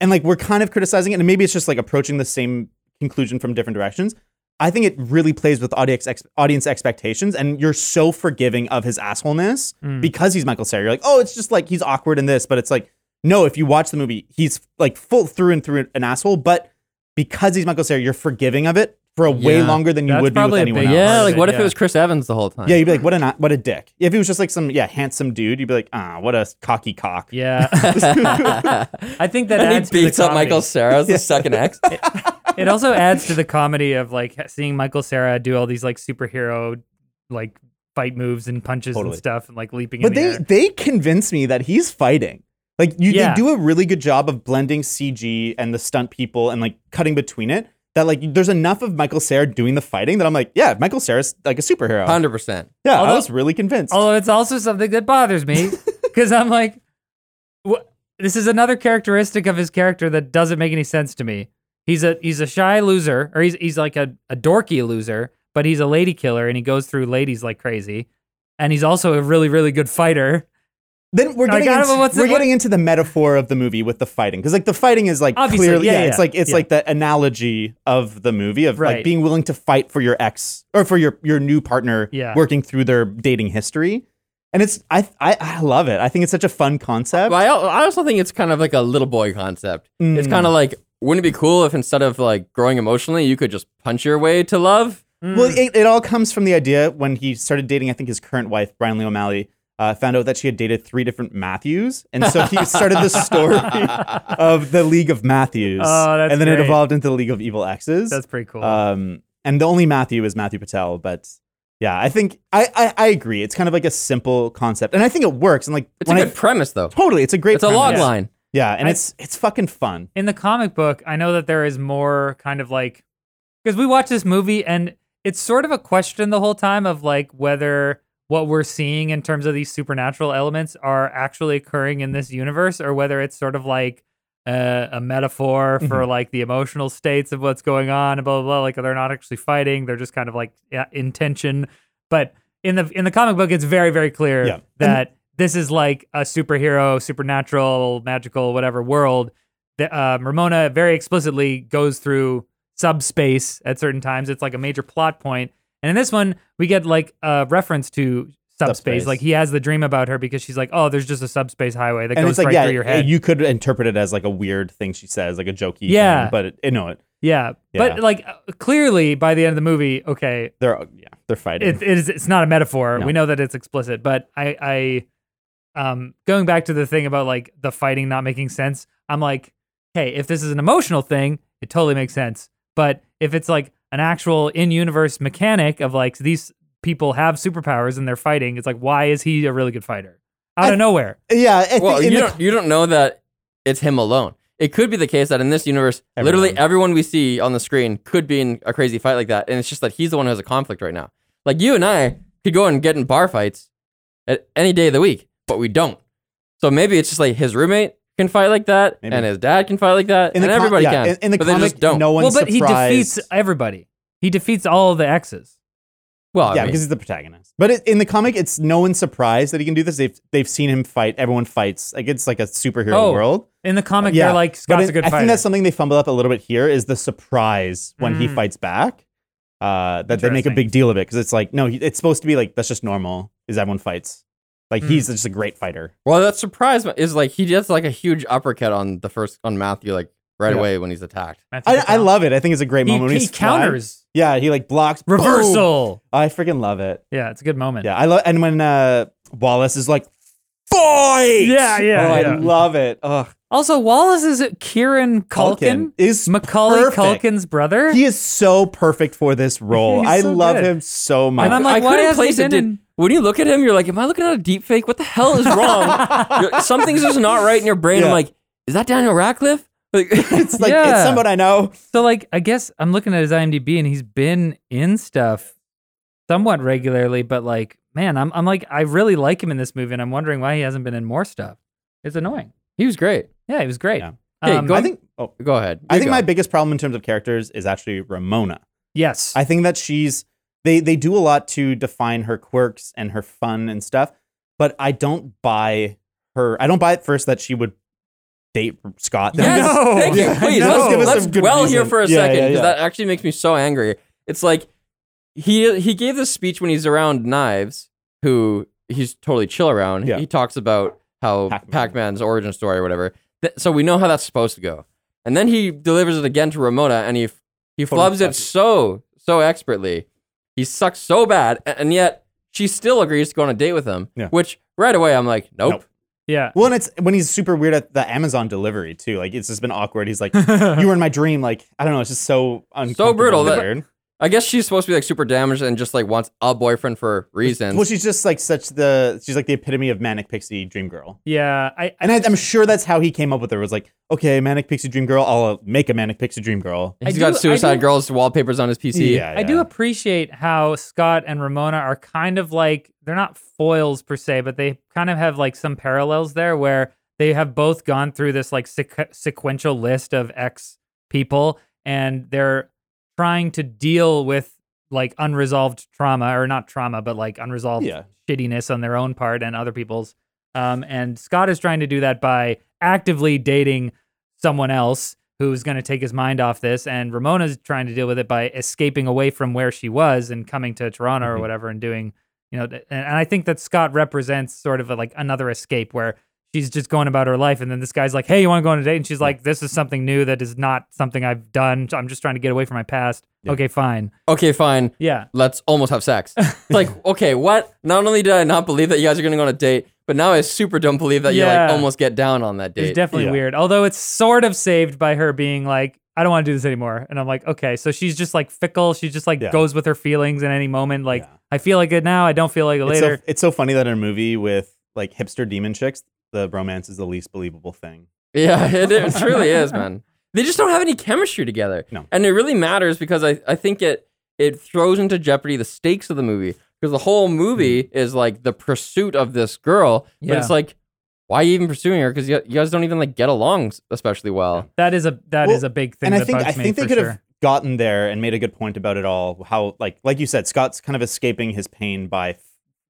and like we're kind of criticizing it, and maybe it's just like approaching the same conclusion from different directions. I think it really plays with audience ex- audience expectations, and you're so forgiving of his assholeness Mm. because he's Michael Cera. You're like, oh, it's just like he's awkward in this, but it's like, no, if you watch the movie, he's like full through and through an asshole, but because he's Michael Cera, you're forgiving of it for a way Yeah. longer than you That's would be with probably a anyone big- else. yeah Part of like it, what if yeah. it was chris evans the whole time Yeah, you'd be like, what a what a dick. If he was just like some yeah handsome dude, you'd be like, ah, what a cocky cock. yeah, I think that and adds he to the beats up comedy. michael sarah as the second ex it also adds to the comedy of like seeing Michael Sarah do all these like superhero like fight moves and punches Totally. and stuff and like leaping But in the they air. they convince me that he's fighting. Like you, Yeah. they do a really good job of blending CG and the stunt people and like cutting between it. That like there's enough of Michael Sarah doing the fighting that I'm like, yeah, Michael Sarah's like a superhero. 100% yeah, I Although- was really convinced. Although it's also something that bothers me because I'm like, wha- this is another characteristic of his character that doesn't make any sense to me. He's a he's a shy loser, or he's he's like a, a dorky loser, but he's a lady killer and he goes through ladies like crazy. And he's also a really really good fighter. then we're I getting got it, into, but what's the- we're getting into the metaphor of the movie with the fighting because like the fighting is like Obviously, clearly yeah, yeah, yeah, it's like it's yeah. like the analogy of the movie of Right. like being willing to fight for your ex or for your your new partner Yeah. working through their dating history. And it's I, I I love it. I think it's such a fun concept. But I, al- I also think it's kind of like a little boy concept. It's Mm. kind of like, wouldn't it be cool if instead of like growing emotionally, you could just punch your way to love? Hmm. Well, it, it all comes from the idea when he started dating, I think, his current wife, Brian Lee O'Malley, uh, found out that she had dated three different Matthews. And so he started the story of the League of Matthews. Oh, that's and then great. it evolved into the League of Evil Exes. That's pretty cool. um, and the only Matthew is Matthew Patel. But yeah, I think I, I, I agree. It's kind of like a simple concept. And I think it works. And like, It's a when I, good premise, though. totally, it's a great It's a log premise. line. Yeah. And I- it's it's fucking fun. in the comic book, I know that there is more kind of like because we watch this movie and it's sort of a question the whole time of like whether what we're seeing in terms of these supernatural elements are actually occurring in this universe or whether it's sort of like uh, a metaphor Mm-hmm. for like the emotional states of what's going on and blah blah blah like they're not actually fighting they're just kind of like yeah, in tension but in the in the comic book it's very very clear Yeah. And- that this is like a superhero supernatural magical whatever world the, uh, Ramona very explicitly goes through subspace at certain times. It's like a major plot point. And in this one, we get like a reference to subspace. Subspace. Like he has the dream about her because she's like, oh, there's just a subspace highway that and goes it's like right yeah, through your head. you could interpret it as like a weird thing she says, like a jokey. Yeah. thing, but it, you know it. Yeah. But Yeah. like uh, clearly by the end of the movie, okay, They're yeah, they're fighting. it, it is it's not a metaphor. No. We know that it's explicit, but I I um going back to the thing about like the fighting not making sense, I'm like, hey, if this is an emotional thing, it totally makes sense. But if it's like an actual in-universe mechanic of like these people have superpowers and they're fighting, it's like why is he a really good fighter? Out I- of nowhere. yeah, I think Well, in you the- don't you don't know that it's him alone. It could be the case that in this universe, literally Everyone. everyone we see on the screen could be in a crazy fight like that, and it's just that he's the one who has a conflict right now. Like you and I could go and get in bar fights at any day of the week, but we don't. So maybe it's just like his roommate can fight like that, Maybe. and his dad can fight like that, in the and com- everybody yeah, can. In, in the but they comic, just don't. no Well, one's but surprised. he defeats everybody. He defeats all the exes. well, yeah, I mean, because he's the protagonist. But it, in the comic, it's no one's surprised that he can do this. They've they've seen him fight. Everyone fights. Like it's like a superhero Oh, world. In the comic, Yeah, they're like But Scott's it- a good I fighter. think that's something they fumble up a little bit here is the surprise when he Hmm. Mm. fights back. Uh, that they make a Interesting. big deal of it because it's like no, he, it's supposed to be like that's just normal. Is everyone fights? Like Mm. Hmm. he's just a great fighter. well, that surprise is like he gets like a huge uppercut on the first on Matthew like right Yeah. away when he's attacked. Matthew I, I McConaughey. love it. I think it's a great He- moment. when he he's flying. E counters. Yeah, he like blocks boom. reversal. I freaking love it. Yeah, it's a good moment. Yeah, I love and when uh Wallace is like fight. Yeah, yeah, Oh, I yeah. love it. Ugh, Also, Wallace is Kieran Culkin, Culkin is Macaulay perfect. Culkin's brother. He is so perfect for this role. He's I so love good. him so much. and I'm I like, why couldn't hasn't place he it, been did- in- When you look at him, you're like, "Am I looking at a deep fake? What the hell is wrong?" You're- Something's just not right in your brain. I'm Yeah. like, "Is that Daniel Radcliffe?" Like, it's like it's Yeah. someone I know. So, like, I guess I'm looking at his IMDb, and he's been in stuff somewhat regularly. But like, man, I'm I'm like, I really like him in this movie, and I'm wondering why he hasn't been in more stuff. It's annoying. he was great. Yeah, he was great. Um, Yeah. Hey, go- I think oh, Go ahead. I You think go. my biggest problem in terms of characters is actually Ramona. yes, I think that she's they they do a lot to define her quirks and her fun and stuff, but I don't buy her. I don't buy at first that she would date Scott. Yes, No. thank you. Yeah, Please, no. let's, Give us let's some good dwell here reason. for a Yeah, second yeah, because yeah. that actually makes me so angry. It's like he he gave this speech when he's around Knives, who he's totally chill around. Yeah. He talks about how Pac-Man. Pac Man's origin story or whatever. Th- so we know how that's supposed to go. And then he delivers it again to Ramona, and he f- he Totally flubs it sucks. so so expertly. He sucks so bad, a- and yet she still agrees to go on a date with him. Yeah. Which right away I'm like, nope. Nope. yeah. Well, and it's when he's super weird at the Amazon delivery too. Like it's just been awkward. He's like, "You were in my dream." Like I don't know. It's just so uncomfortable brutal and that- weird. I guess she's supposed to be like super damaged and just like wants a boyfriend for reasons. Well, she's just like such the she's like the epitome of manic pixie dream girl. yeah, I, And I, I'm sure that's how he came up with her. Was like, okay, manic pixie dream girl. I'll uh, make a manic pixie dream girl. He's I got do- I Suicide do- Girls wallpapers on his PC. I do appreciate how Scott and Ramona are kind of like they're not foils per se, but they kind of have like some parallels there where they have both gone through this like sequ- sequential list of ex people and they're trying to deal with like unresolved trauma or not trauma but like unresolved Yeah. shittiness on their own part and other people's um and Scott is trying to do that by actively dating someone else who's going to take his mind off this. And Ramona's trying to deal with it by escaping away from where she was and coming to Toronto or Mhm. whatever and doing, you know, th- and, and I think that Scott represents sort of a, like another escape where she's just going about her life. And then this guy's like, hey, you want to go on a date? And she's like, this is something new that is not something I've done. So I'm just trying to get away from my past. Yeah. Okay, fine. Okay, fine. Yeah. Let's almost have sex. It's like, okay, what? Not only did I not believe that you guys are going to go on a date, but now I super don't believe that you like Yeah. almost get down on that It's date. definitely Yeah. weird. Although it's sort of saved by her being like, I don't want to do this anymore. And I'm like, okay. So she's just like fickle. She just like Yeah. goes with her feelings in any moment. Like, Yeah. I feel like it now. I don't feel like it It's later. so, it's so funny that in a movie with like hipster demon chicks, the romance is the least believable thing. yeah, it, it truly is, man. They just don't have any chemistry together. No. And it really matters because I, I think it it throws into jeopardy the stakes of the movie because the whole movie Mm-hmm. is like the pursuit of this girl. But Yeah. it's like, why are you even pursuing her? Because you, you guys don't even like get along especially well. That is a that is Well, a big thing. and I that think bugs I me think they for could sure. have gotten there and made a good point about it all. How like like you said, Scott's kind of escaping his pain by f-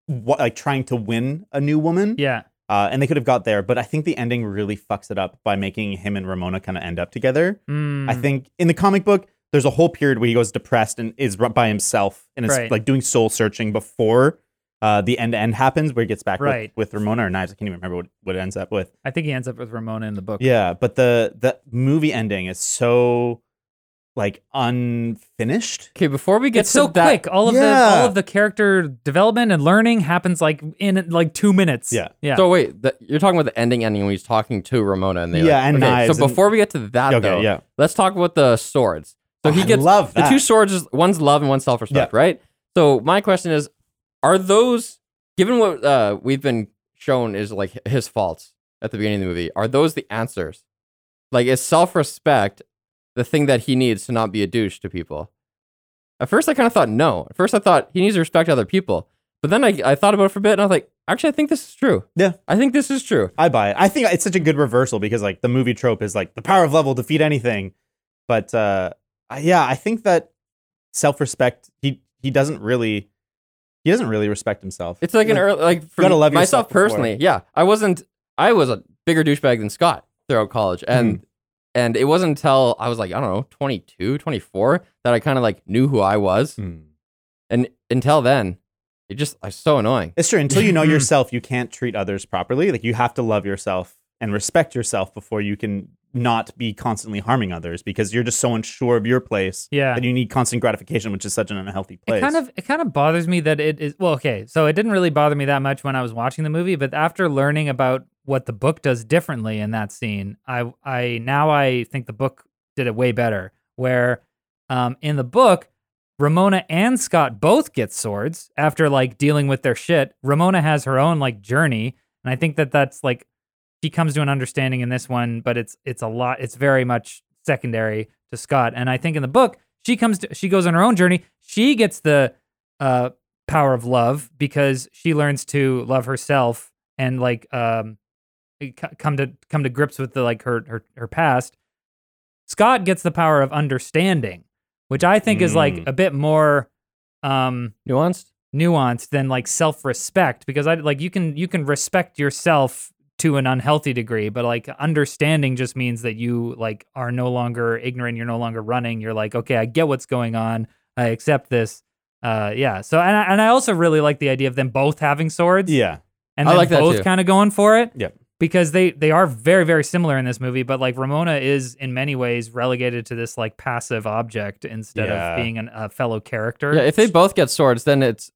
wha- like trying to win a new woman. Yeah, Uh, and they could have got there, but I think the ending really fucks it up by making him and Ramona kind of end up together. I Mm, think in the comic book, there's a whole period where he goes depressed and is ru- by himself and is Right. like doing soul searching before uh, the end to end happens, where he gets back with- Right. with, Ramona or Knives. I can't even remember what, what it ends up with. I think he ends up with Ramona in the book. Yeah, but the the movie ending is so like unfinished. Okay, before we get it's to so that, quick. All of the Yeah. all of the character development and learning happens like in like two minutes. Yeah. yeah. So wait, the, you're talking about the ending ending when he's talking to Ramona and they Yeah, like, and okay, knives So and- before we get to that Okay, though, yeah. let's talk about the swords. So Oh, he I gets love the that. two swords is one's love and one's self respect, right? So my question is, are those given what uh, we've been shown is like his faults at the beginning of the movie? Are those the answers? Like is self respect the thing that he needs to not be a douche to people? At first, I kind of thought no. At first, I thought he needs to respect other people. But then I, I thought about it for a bit and I was like, actually, I think this is true. Yeah. I think this is true. I buy it. I think it's such a good reversal because like the movie trope is like the power of love will defeat anything. But uh I- yeah, I think that self-respect he he doesn't really he doesn't really respect himself. It's like an early, like for gotta love myself yourself before. personally. Yeah, I wasn't. I was a bigger douchebag than Scott throughout college, and Mm-hmm. and it wasn't until I was like I don't know 22, 24 that I kind of like knew who I was, Hmm. and until then, it just it's so annoying. It's true. Until you know Mm. yourself, you can't treat others properly. Like you have to love yourself and respect yourself before you can not be constantly harming others because you're just so unsure of your place yeah. that you need constant gratification, which is such an unhealthy place. It kind of it kind of bothers me that it is well okay so it didn't really bother me that much when I was watching the movie but after learning about what the book does differently in that scene I I now I think the book did it way better where um, in the book Ramona and Scott both get swords after like dealing with their shit Ramona has her own like journey and I think that that's like she comes to an understanding in this one but it's it's a lot it's very much secondary to Scott and I think in the book she comes to, she goes on her own journey she gets the uh power of love because she learns to love herself and like um c- come to come to grips with the like her her her past Scott gets the power of understanding which I think is like Mm. a bit more um Nuanced. nuanced than like self-respect because I like you can you can respect yourself to an unhealthy degree but like understanding just means that you like are no longer ignorant you're no longer running you're like okay I get what's going on I accept this uh yeah so and I, and I also really like the idea of them both having swords yeah. and I then like that both too. kind of going for it. Yep. Because they they are very very similar in this movie, but like Ramona is in many ways relegated to this like passive object instead Yeah. of being an, a fellow character. Yeah, if they both get swords, then it's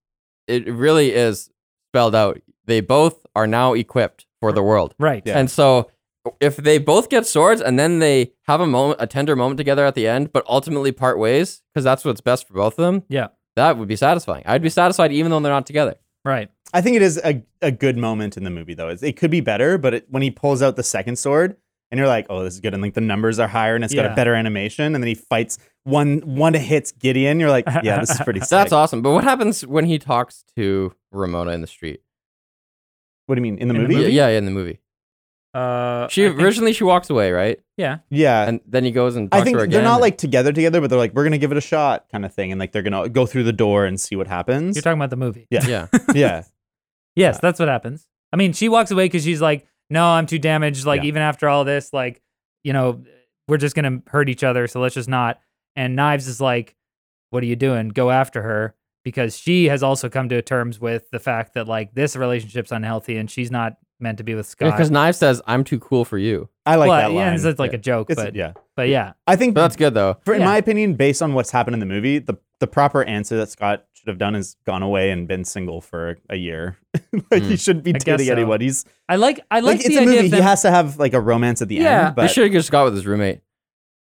it really is spelled out. They both are now equipped for the world, right. Yeah. and so if they both get swords and then they have a moment, a tender moment together at the end, but ultimately part ways because that's what's best for both of them. Yeah. That would be satisfying. I'd be satisfied even though they're not together. Right. I think it is a, a good moment in the movie though. It's, it could be better, but it, when he pulls out the second sword and you're like, oh, this is good, and like the numbers are higher and it's got Yeah. a better animation, and then he fights one one hits Gideon. You're like, yeah, this is pretty. sick. That's awesome. But what happens when he talks to Ramona in the street? What do you mean in the In the movie? movie? Yeah, yeah, in the movie. Uh, She I think- originally she walks away, right? yeah. Yeah, And then he goes and talks I think to her again. they're not like together together, but they're like, we're gonna give it a shot, kind of thing, and like they're gonna go through the door and see what happens. You're talking about the movie. Yeah. yeah. yeah, Yes, that's what happens. I mean, she walks away because she's like, "No, I'm too damaged. Like, Yeah. even after all this, like, you know, we're just gonna hurt each other. So let's just not." And Knives is like, "What are you doing? Go after her." Because she has also come to terms with the fact that like this relationship's unhealthy and she's not meant to be with Scott. Because Knives says, "I'm too cool for you." I like Well, that line. Yeah, it's it's like yeah. a joke, It's- but yeah. yeah, but yeah, I think But that's good though. For, in Yeah. my opinion, based on what's happened in the movie, the the proper answer that Scott should have done is gone away and been single for a year. like he Mm. shouldn't be I guess dating so. anyone. He's I like I like, like, it's the a idea movie. of He them. has to have like a romance at the Yeah. end. they But should have just got with his roommate.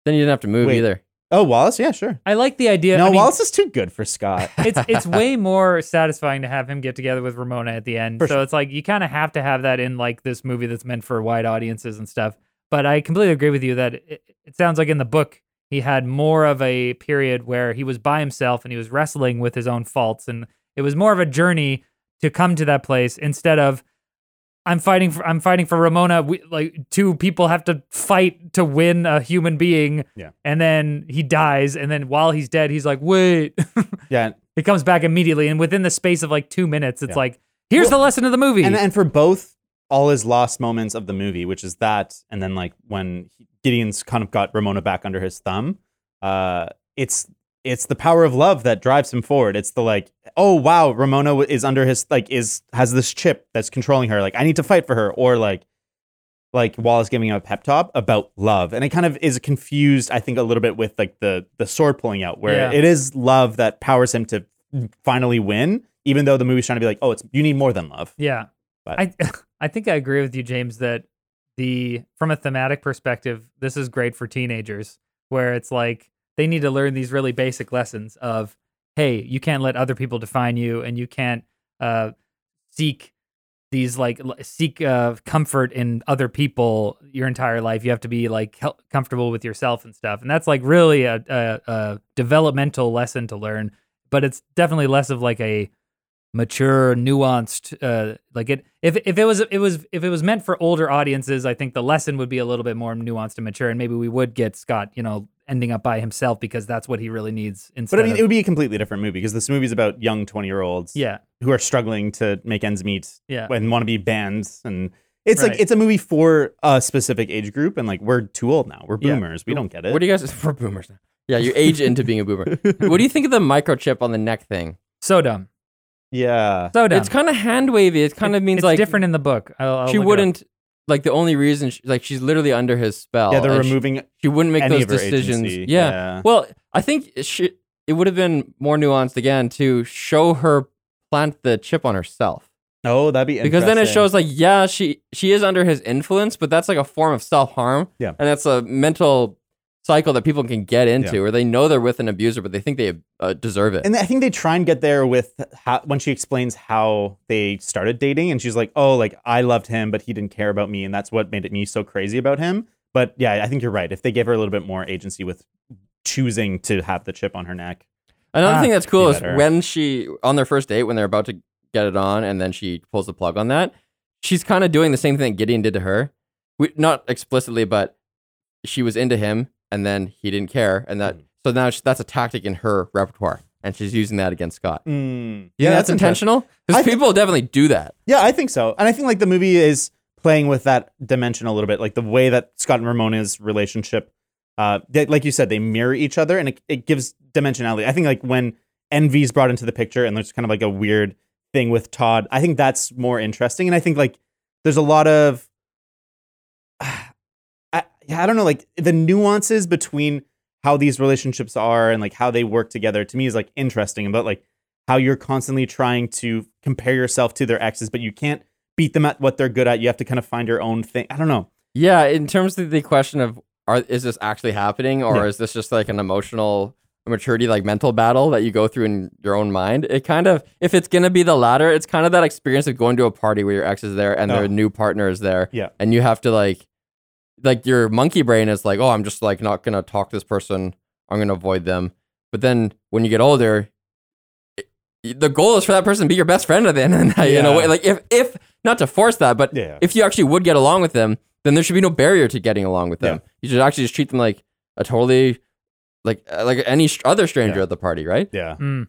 Then you didn't have to move Wait. either. oh, Wallace, yeah, sure. I like the idea. no, I mean, Wallace is too good for Scott. it's it's way more satisfying to have him get together with Ramona at the end. For so it's like you kind of have to have that in like this movie that's meant for wide audiences and stuff. But I completely agree with you that it, it sounds like in the book he had more of a period where he was by himself and he was wrestling with his own faults and it was more of a journey to come to that place instead of I'm fighting for I'm fighting for Ramona. We, like two people have to fight to win a human being. Yeah. And then he dies and then while he's dead he's like, "Wait." yeah, It comes back immediately, and within the space of like two minutes, it's Yeah. like, here's Well, the lesson of the movie. and and for both all his lost moments of the movie, which is that, and then like when he- Gideon's kind of got Ramona back under his thumb, uh, it's it's the power of love that drives him forward. It's the like, oh wow, Ramona w- is under his like is has this chip that's controlling her. Like I need to fight for her, or like like Wallace giving him a pep talk about love, and it kind of is confused, I think, a little bit with like the the sword pulling out, where Yeah. it is love that powers him to mm, finally win, even though the movie's trying to be like, oh, it's you need more than love. Yeah. But- I I think I agree with you, James, that the from a thematic perspective, this is great for teenagers, where it's like they need to learn these really basic lessons of, hey, you can't let other people define you, and you can't uh, seek these like l- seek uh, comfort in other people your entire life. You have to be like hel- comfortable with yourself and stuff, and that's like really a, a, a developmental lesson to learn. But it's definitely less of like a mature, nuanced. Uh, like it, if if it was it was if it was meant for older audiences, I think the lesson would be a little bit more nuanced and mature, and maybe we would get Scott, you know, ending up by himself because that's what he really needs. Instead, But I mean, of, it would be a completely different movie because this movie's about young twenty year olds yeah, who are struggling to make ends meet yeah, and want to be bands and. It's Right. like it's a movie for a specific age group, and like we're too old now. We're Yeah. boomers. We don't get it. What do you guys for boomers now? Yeah, you age into being a boomer. What do you think of the microchip on the neck thing? so dumb, yeah, so dumb. It's kind of hand wavy. It kind of means it's like different in the book. I'll, I'll she look it up. wouldn't like the only reason she, like she's literally under his spell. yeah. They're and she- removing She, wouldn't make any those of her decisions. agency. yeah. Well, I think she, it would have been more nuanced again to show her plant the chip on herself Oh, that'd be because then it interesting. shows like yeah she she is under his influence but that's like a form of self-harm Yeah. and that's a mental cycle that people can get into where they know they're with an abuser but they think they uh, deserve it And I think they try and get there with how, when she explains how they started dating, and she's like, "Oh, like I loved him, but he didn't care about me, and that's what made it me so crazy about him." But yeah, I think you're right. If they gave her a little bit more agency with choosing to have the chip on her neck, Another Ah, thing that's cool be is better. when she on their first date when they're about to get it on and then she pulls the plug on that. She's kind of doing the same thing that Gideon did to her, we, not explicitly, but she was into him and then he didn't care, and Hmm. that so now she, that's a tactic in her repertoire, and she's using that against Scott. Mm. Yeah, that's, intentional I because thi- people definitely do that. Yeah, I think so. And I think like the movie is playing with that dimension a little bit, like the way that Scott and Ramona's relationship, uh, they, like you said, they mirror each other, and it, it gives dimensionality. I think like when envy's brought into the picture, and there's kind of like a weird thing with Todd. I think that's more interesting, and I think like there's a lot of, I, I don't know, like the nuances between how these relationships are and like how they work together to me is like interesting but like how you're constantly trying to compare yourself to their exes but you can't beat them at what they're good at you have to kind of find your own thing i don't know Yeah, in terms of the question of are is this actually happening or Yeah. is this just like an emotional maturity like mental battle that you go through in your own mind? It kind of if it's going to be the latter, it's kind of that experience of going to a party where your ex is there and Oh. their new partner is there Yeah. and you have to like like your monkey brain is like, "Oh, I'm just like not going to talk to this person. I'm going to avoid them." But then when you get older, y- the goal is for that person to be your best friend at the end of the night in a Yeah. way. Like if if not to force that, but Yeah. if you actually would get along with them, then there should be no barrier to getting along with them. You should actually just treat them like a totally like uh, like any str- other stranger Yeah. at the party, right? yeah Mm.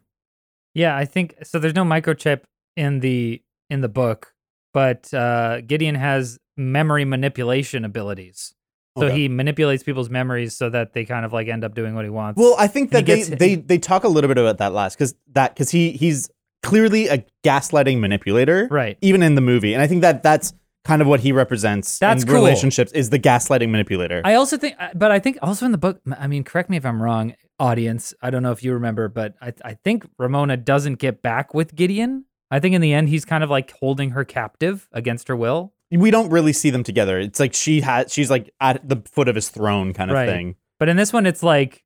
Yeah, I think so. There's no microchip in the in the book, but uh, Gideon has memory manipulation abilities. So Okay. he manipulates people's memories so that they kind of like end up doing what he wants. well i think that he they, gets- they they talk a little bit about that last because that because he he's clearly a gaslighting manipulator right. even in the movie and i think that that's kind of what he represents That's in cool. relationships is the gaslighting manipulator I also think, I- but I think also in the book, I mean, correct me if I'm wrong, audience. I don't know if you remember, but I, I think Ramona doesn't get back with Gideon. I think in the end, he's kind of like holding her captive against her will. we don't really see them together it's like she has she's like at the foot of his throne kind of Right. thing But in this one, it's like,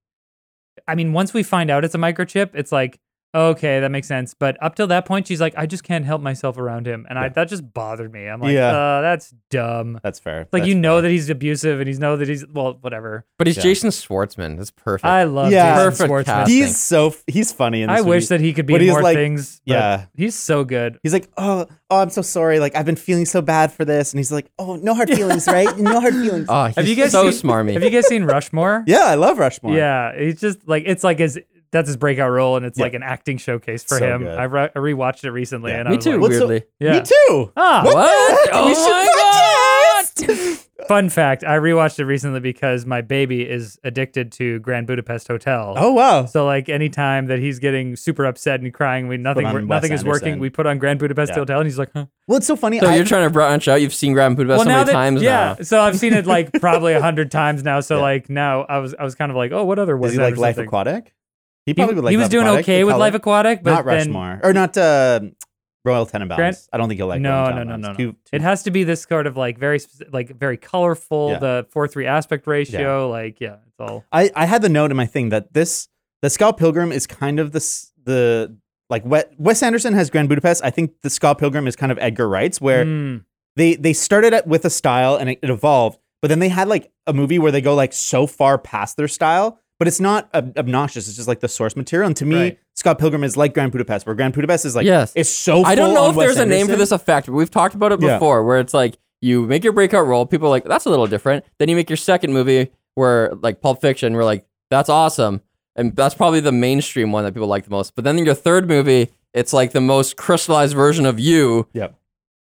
I mean, once we find out it's a microchip, it's like, okay, that makes sense. But up till that point, she's like, I just can't help myself around him, and I Yeah. that just bothered me. I'm like, Yeah. uh, that's dumb. that's fair Like That's you know fair. that he's abusive, and he's know that he's well, whatever. But he's Yeah. Jason Schwartzman. That's perfect. I love Yeah. Perfect Jason Schwartzman. cast. he's so f- he's funny in this I wish movie. that he could be But in he's more like- things. but yeah he's so good. He's like, oh, oh, I'm so sorry. Like, I've been feeling so bad for this. And he's like, oh, no hard feelings, right? No hard feelings. oh, he's Have you guys so seen- smarmy. Have you guys seen Rushmore? yeah, I love Rushmore. Yeah, he's just like it's like his that's his breakout role, and it's Yeah. like an acting showcase for So him. good. I, re- I rewatched it recently, Yeah. and I Me was too, like, Oh. What's so- weirdly. yeah. Me too. Ah, What? the heck? Oh we my should podcast! Fun fact: I rewatched it recently because my baby is addicted to Grand Budapest Hotel. Oh wow. So like anytime that he's getting super upset and crying, we nothing on we're- Wes nothing is working. Anderson. We put on Grand Budapest Yeah. Hotel, and he's like, huh. Well, it's so funny. So I- you're trying to branch out. You've seen Grand Budapest so many times yeah. now. So I've seen it like probably a hundred times now. So Yeah. like now I was I was kind of like, oh, what other is was he that like or Life something? Aquatic? He He, probably would like. he was Life doing Aquatic, okay The with Color. Life Aquatic, but not then Rushmore or not uh, Royal Tenenbaums. Grant- I don't think he'll like. No, Royal no, no, Tenenbaums. no, no. Too- too- it has to be this sort of like very spec- like very colorful. Yeah. The four three aspect ratio, like yeah, it's all I I had the note in my thing that this the Scott Pilgrim is kind of the s- the like Wes, Wes Anderson has Grand Budapest. I think the Scott Pilgrim is kind of Edgar Wright's where Mm, they they started at with a style and it, it evolved, but then they had like a movie where they go like so far past their style, but it's not ob- obnoxious. It's just like the source material. And to me, Right. Scott Pilgrim is like Grand Budapest, where Grand Budapest is like Yes. it's so. I don't full know on if Wes there's a name for Anderson. this effect, but we've talked about it Yeah. before, where it's like you make your breakout role, people are like, that's a little different. Then you make your second movie where like Pulp Fiction, we're like, that's awesome. And that's probably the mainstream one that people like the most. But then your third movie, it's like the most crystallized version of you. Yep.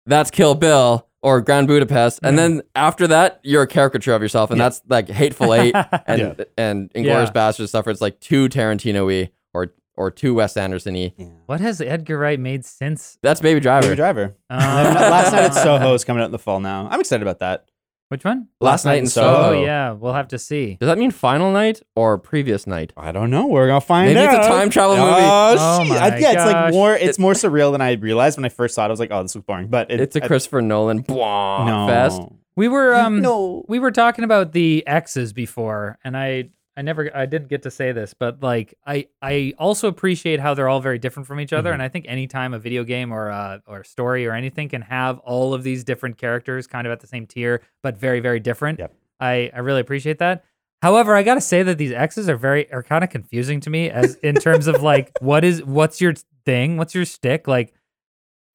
That's Kill Bill or Grand Budapest. And Yeah. then after that, you're a caricature of yourself. And that's like Hateful Eight and and Inglourious Yeah. Bastards stuff. where It's like too Tarantino y or or too Wes Anderson y. Yeah. what has Edgar Wright made since? That's Baby Driver. Baby Driver. Um, Last night at Soho is coming out in the fall now. I'm excited about that. Which one? Last Night in Oh, Soho. yeah, we'll have to see. Does that mean final night or previous night? I don't know. We're gonna find Maybe out. it's a time travel movie. Oh, Oh shit. my I- yeah, it's gosh. like more. It's more surreal than I realized when I first saw it. I was like, oh, this looks boring. But it, It's a I- Christopher Nolan blah no. fest. We were um no. we were talking about the X's before, and I I never I didn't get to say this, but like I I also appreciate how they're all very different from each other, Mhm. and I think anytime a video game or uh or story or anything can have all of these different characters kind of at the same tier, but very very different. Yep. I I really appreciate that. However, I gotta say that these X's are very are kind of confusing to me as in terms of like what is what's your thing, what's your stick like.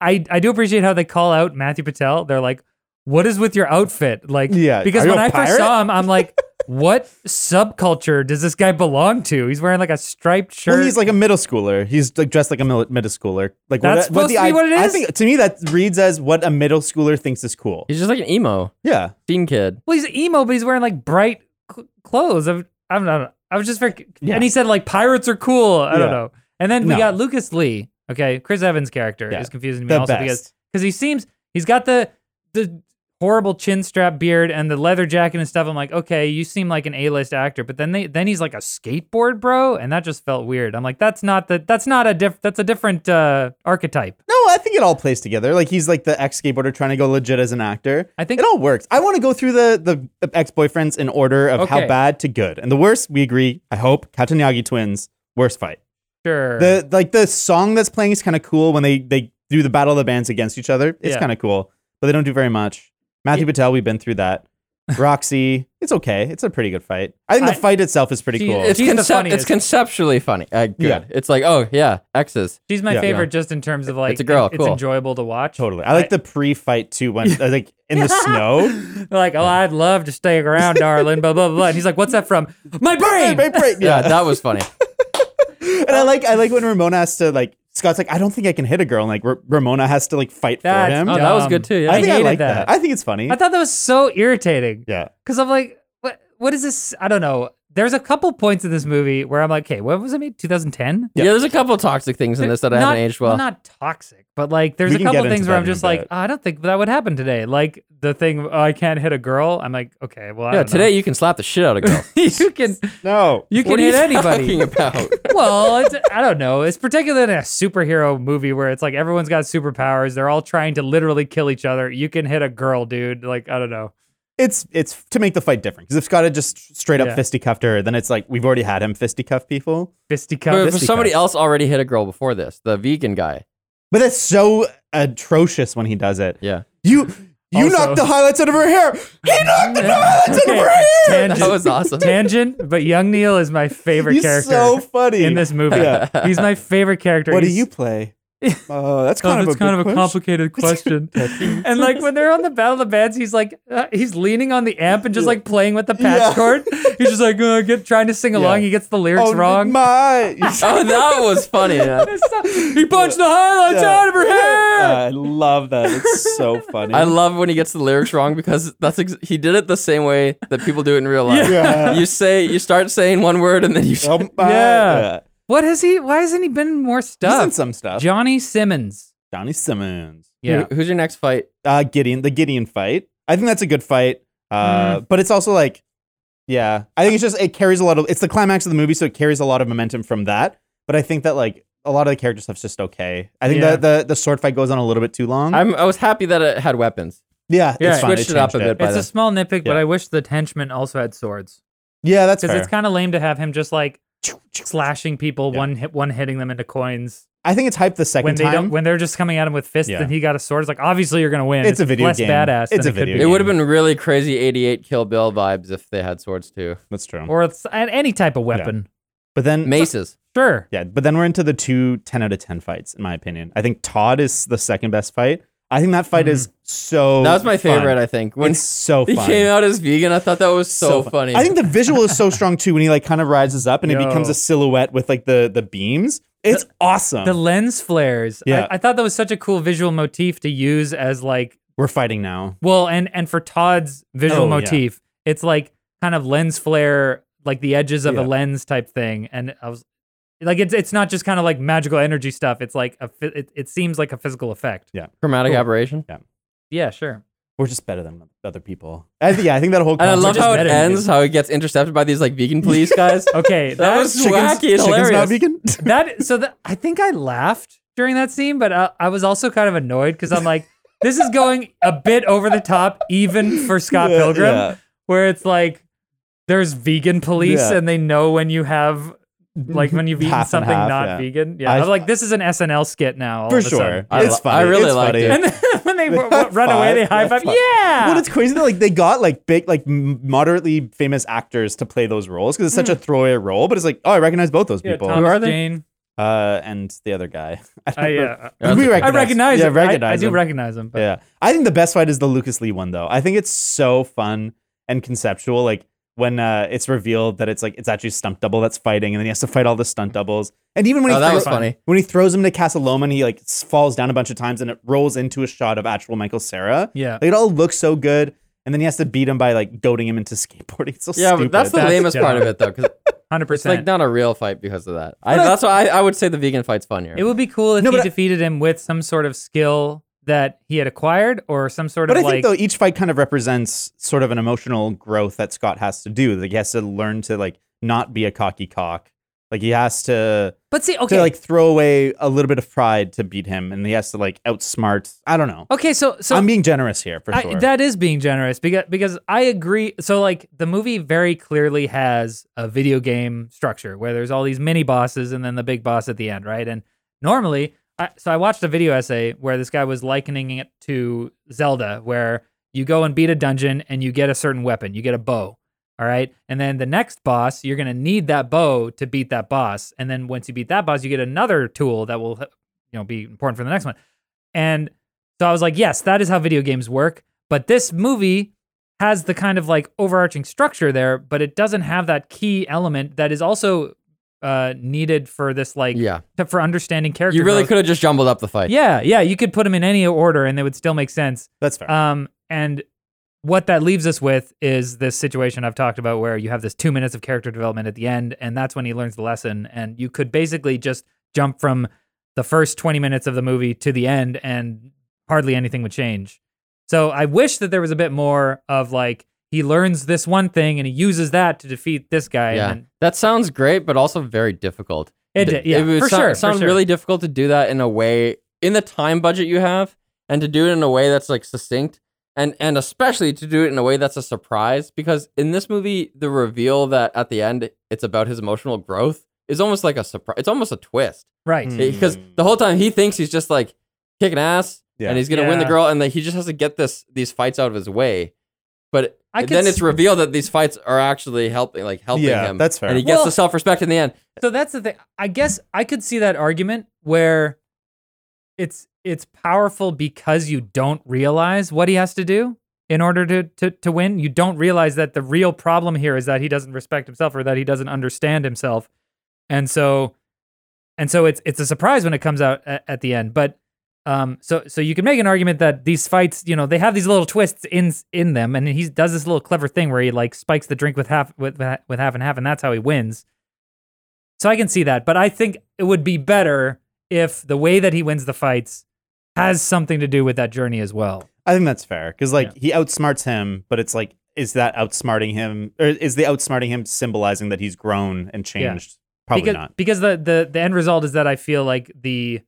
I, I do appreciate how they call out Matthew Patel. They're like, "What is with your outfit?" Like, Yeah. because Are you when a I first pirate? saw him, I'm like, what subculture does this guy belong to? He's wearing like a striped shirt. Well, he's like a middle schooler. He's like dressed like a mil- middle schooler. Like That's what, what the, supposed to be I, what it I is? think to me that reads as what a middle schooler thinks is cool. He's just like an emo Yeah. teen kid. well, he's emo, but he's wearing like bright cl- clothes. I'm, I'm not. I was just very. Yeah. And he said like pirates are cool. I don't Yeah. know. And then we No. got Lucas Lee. Okay, Chris Evans' character Yeah. is confusing to me The also best. because because he seems he's got the the horrible chin strap beard and the leather jacket and stuff. I'm like, okay, you seem like an A-list actor, but then they then he's like a skateboard bro, and that just felt weird. I'm like, that's not the that's not a diff that's a different uh, archetype. No, I think it all plays together. Like he's like the ex skateboarder trying to go legit as an actor. I think It all works. I want to go through the the, the ex boyfriends in order of Okay. how bad to good. And the worst, we agree. I hope Katanyagi twins worst fight. sure. The like the song that's playing is kind of cool when they they do the battle of the bands against each other. It's Yeah. kind of cool, but they don't do very much. Matthew Patel, we've been through that. Roxy, it's okay. It's a pretty good fight. I think I- the fight itself is pretty She- cool. It's He's the concep- it's funniest. conceptually funny. Uh, good. Yeah. It's like oh yeah, X's. She's my Yeah. favorite just in terms of like a girl, It's cool. enjoyable to watch. Totally. I like the pre-fight too when uh, like in the snow. like, oh, I'd love to stay around, darling, blah blah blah. And he's like, what's that from? My brain. Right, right, Yeah, yeah. that was funny. and I like I like when Ramona has to like Scott's like I don't think I can hit a girl and like R- Ramona has to like fight That's for him. Oh, that was dumb. good too, yeah. I think I, hated like that. I think it's funny. I thought that was so irritating yeah. because I'm like, what? What is this? I don't know. There's a couple points in this movie where I'm like, okay, when was it made? 2010. Yeah, there's a couple toxic things in this that I Not- haven't aged well. Not toxic, but like, there's We a can get couple into things where that I'm in a just like, bit. oh, I don't think that would happen today. Like the thing, oh, I can't hit a girl. I'm like, okay, well, I yeah, don't know. today you can slap the shit out of girls. you can No. you can what hit are you anybody. talking about? well, it's, I don't know. It's particularly in a superhero movie where it's like everyone's got superpowers. They're all trying to literally kill each other. You can hit a girl, dude. Like I don't know. It's it's to make the fight different because if Scott had just straight up Yeah. fisticuffed her, then it's like we've already had him fisticuff people. But Fisticuffs. but somebody else already hit a girl before this. The vegan guy. But that's so atrocious when he does it. Yeah. You you Also- knocked the highlights out of her hair. He knocked the highlights out of Okay, her hair. tangent. That was awesome. Tangent, but Young Neil is my favorite He's character so funny in this movie. Yeah. He's my favorite character. What do He's- you play? Oh, that's Oh, kind that's of a kind of a good question. complicated question. Touching. and like when they're on the Battle of the Bands, he's like uh, he's leaning on the amp and just like playing with the patch Yeah. cord. He's just like uh, get, trying to sing along. Yeah. He gets the lyrics oh, wrong. My. Oh, that was funny. yeah. he punched the highlights Yeah. Uh, out of her hair. I love that. It's so funny. Oh, I love when he gets the lyrics wrong because that's ex- he did it the same way that people do it in real life. Yeah. You say you start saying one word and then you Oh, my. Yeah. what has he? Why hasn't he been in more He's in stuff? some stuff. Johnny Simmons. Johnny Simmons. Yeah. Who- who's your next fight? Uh, Gideon, the Gideon fight. I think that's a good fight. Mm. Uh, but it's also like, yeah, I think it's just it carries a lot of. It's the climax of the movie, so it carries a lot of momentum from that. But I think that like a lot of the character stuff's just okay. I think Yeah. the, the the sword fight goes on a little bit too long. I'm, I was happy that it had weapons. yeah, Yeah, it's fine. switched it up changed a bit by It's a then. small nitpick, but Yeah. I wish the henchmen also had swords Yeah, that's because fair. it's kind of lame to have him just like slashing people, Yeah. one hit, one hitting them into coins. I think it's hyped the second when they time. don't when they're just coming at him with fists Yeah. and he got a sword. It's like obviously you're gonna win. It's a video less game. badass. It's than a it could video be. It would have been really crazy 88 Kill Bill vibes if they had swords too. that's true. or it's a- any type of weapon. but then Maces. Sure. Yeah, but then we're into the two 10 out of 10 fights, in my opinion. I think Todd is the second best fight. I think that fight Mm-hmm. is so. That was my fun. favorite, I think. When it's so he fun. came out as vegan, I thought that was so, fun. funny. I think the visual is so strong too when he like kind of rises up and it becomes Yo. a silhouette with like the the beams. It's awesome. The lens flares. Yeah. I, I thought that was such a cool visual motif to use as like we're fighting now. well, and and for Todd's visual Oh, yeah. motif, it's like kind of lens flare, like the edges of Yeah. a lens type thing. And I was like, it's it's not just kind of like magical energy stuff. It's like a phy- it, it seems like a physical effect. chromatic Cool. aberration. Yeah, sure. We're just better than other people. I think yeah, I think that whole And I concept love is how it better. ends, how he gets intercepted by these like vegan police guys. Okay, That was Chicken's, wacky and chicken's not hilarious. vegan. that so that I think I laughed during that scene, but uh, I, I was also kind of annoyed because I'm like, this is going a bit over the top, even for Scott Yeah, Pilgrim, yeah. where it's like there's vegan police Yeah. Mhm. and they know when you have like when you've eaten Half and something half, not yeah. vegan. Yeah, I- I'm like, this is an SNL skit now. all For of a sure. sudden. I it's lo- funny. I really it's liked funny. it. And then when they, They w- w- run away, they high high five. five. Yeah. Well, it's crazy that like they got like big, like m- moderately famous actors to play those roles because it's such a throwaway role. But it's like, oh, I recognize both those Mm. yeah, people. Thomas Who are they? Jane. Uh, and the other guy. I don't I, know. uh, Yeah, that's we a- recognize. I recognize Yeah, him. I- recognize. I, do him. recognize him. But Yeah, I think the best fight is the Lucas Lee one though. I think it's so fun and conceptual. Like when uh, it's revealed that it's like it's actually stunt double that's fighting, and then he has to fight all the stunt doubles. And even when Oh, he that throws- was funny. when he throws him to Casaloma, he like s- falls down a bunch of times, and it rolls into a shot of actual Michael Sarah. Yeah. Like it all looks so good, and then he has to beat him by like goading him into skateboarding. It's so Yeah, stupid. but that's the That's lamest part dumb. of it though, because hundred it's like percent. not a real fight because of that. I, that's why I, I would say the vegan fight's funnier. It would be cool if No, he but I- defeated him with some sort of skill that he had acquired or some sort But I of think like though each fight kind of represents sort of an emotional growth that Scott has to do. Like he has to learn to like not be a cocky cock. Like he has to But see, to okay. like throw away a little bit of pride to beat him, and he has to like outsmart. I don't know. okay, so so I'm being generous here for I- sure. that is being generous because because I agree so like the movie very clearly has a video game structure where there's all these mini bosses and then the big boss at the end, right? And normally I, so I watched a video essay where this guy was likening it to Zelda where you go and beat a dungeon and you get a certain weapon, you get a bow. All right. And then the next boss, you're going to need that bow to beat that boss. And then once you beat that boss, you get another tool that will, you know, be important for the next one. And so I was like, yes, that is how video games work. But this movie has the kind of like overarching structure there, but it doesn't have that key element that is also uh, needed for this, like, yeah, to- for understanding character. you really growth. could have just jumbled up the fight. Yeah. Yeah. You could put them in any order and they would still make sense. That's uh, fair. Um, and what that leaves us with is this situation I've talked about where you have this two minutes of character development at the end, and that's when he learns the lesson. And you could basically just jump from the first 20 minutes of the movie to the end, and hardly anything would change. So I wish that there was a bit more of like, he learns this one thing and he uses that to defeat this guy. Yeah. And then- That sounds great, but also very difficult. It did, yeah, was for sou- sure, for sounds sure. really difficult to do that in a way in the time budget you have, and to do it in a way that's like succinct, and and especially to do it in a way that's a surprise. Because in this movie, the reveal that at the end it's about his emotional growth is almost like a surprise. It's almost a twist right. Mm. because Hmm. the whole time he thinks he's just like kicking ass Yeah. and he's gonna win the Yeah. girl, and that he just has to get this these fights out of his way. But I could then s- it's revealed that these fights are actually helping, like helping yeah, him. that's fair. And he gets Well- the self respect in the end. So that's the thing. I guess I could see that argument where it's it's powerful because you don't realize what he has to do in order to, to to win. You don't realize that the real problem here is that he doesn't respect himself or that he doesn't understand himself, and so and so it's it's a surprise when it comes out at, at the end. But um, so so you can make an argument that these fights, you know, they have these little twists in in them, and he does this little clever thing where he like spikes the drink with half with with half and half, and that's how he wins. So I can see that, but I think it would be better if the way that he wins the fights has something to do with that journey as well. I think that's fair because like he outsmarts him, but it's like is that outsmarting him or is the outsmarting him symbolizing that he's grown and changed? Probably because, not. Because the, the the end result is that I feel like the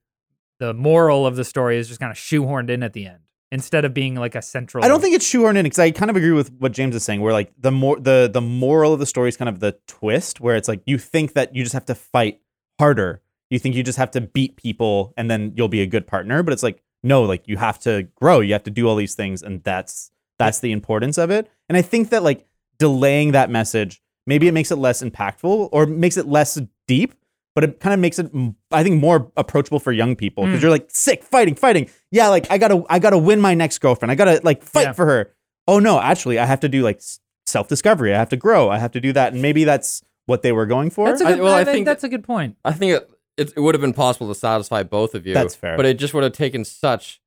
the moral of the story is just kind of shoehorned in at the end instead of being like a central. I don't think it's shoehorned in because I kind of agree with what James is saying. Where like the more the the moral of the story is kind of the twist, where it's like you think that you just have to fight harder. You think you just have to beat people and then you'll be a good partner, but it's like no, like you have to grow. You have to do all these things, and that's that's the importance of it. And I think that like delaying that message maybe it makes it less impactful or makes it less deep but it kind of makes it mm, i think more approachable for young people because Mm. you're like sick fighting fighting yeah like i gotta i gotta win my next girlfriend i gotta like fight Yeah. for her oh no actually i have to do like s- self-discovery i have to grow i have to do that and maybe that's what they were going for that's a I- good. well, I I think think- that's a good point. I think it, it, it would have been possible to satisfy both of you. That's fair. But it just would have taken such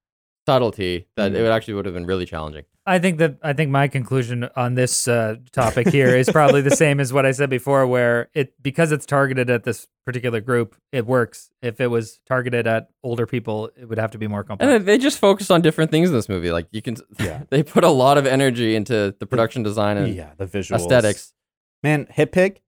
subtlety that it Mm. would actually would have been really challenging. I think that I think my conclusion on this uh, topic here is probably the same as what I said before, where it because it's targeted at this particular group, it works. If it was targeted at older people, it would have to be more And complex. then they just focused on different things in this movie. Like you can, Yeah. they put a lot of energy into the production design and yeah the visual aesthetics. man hip kick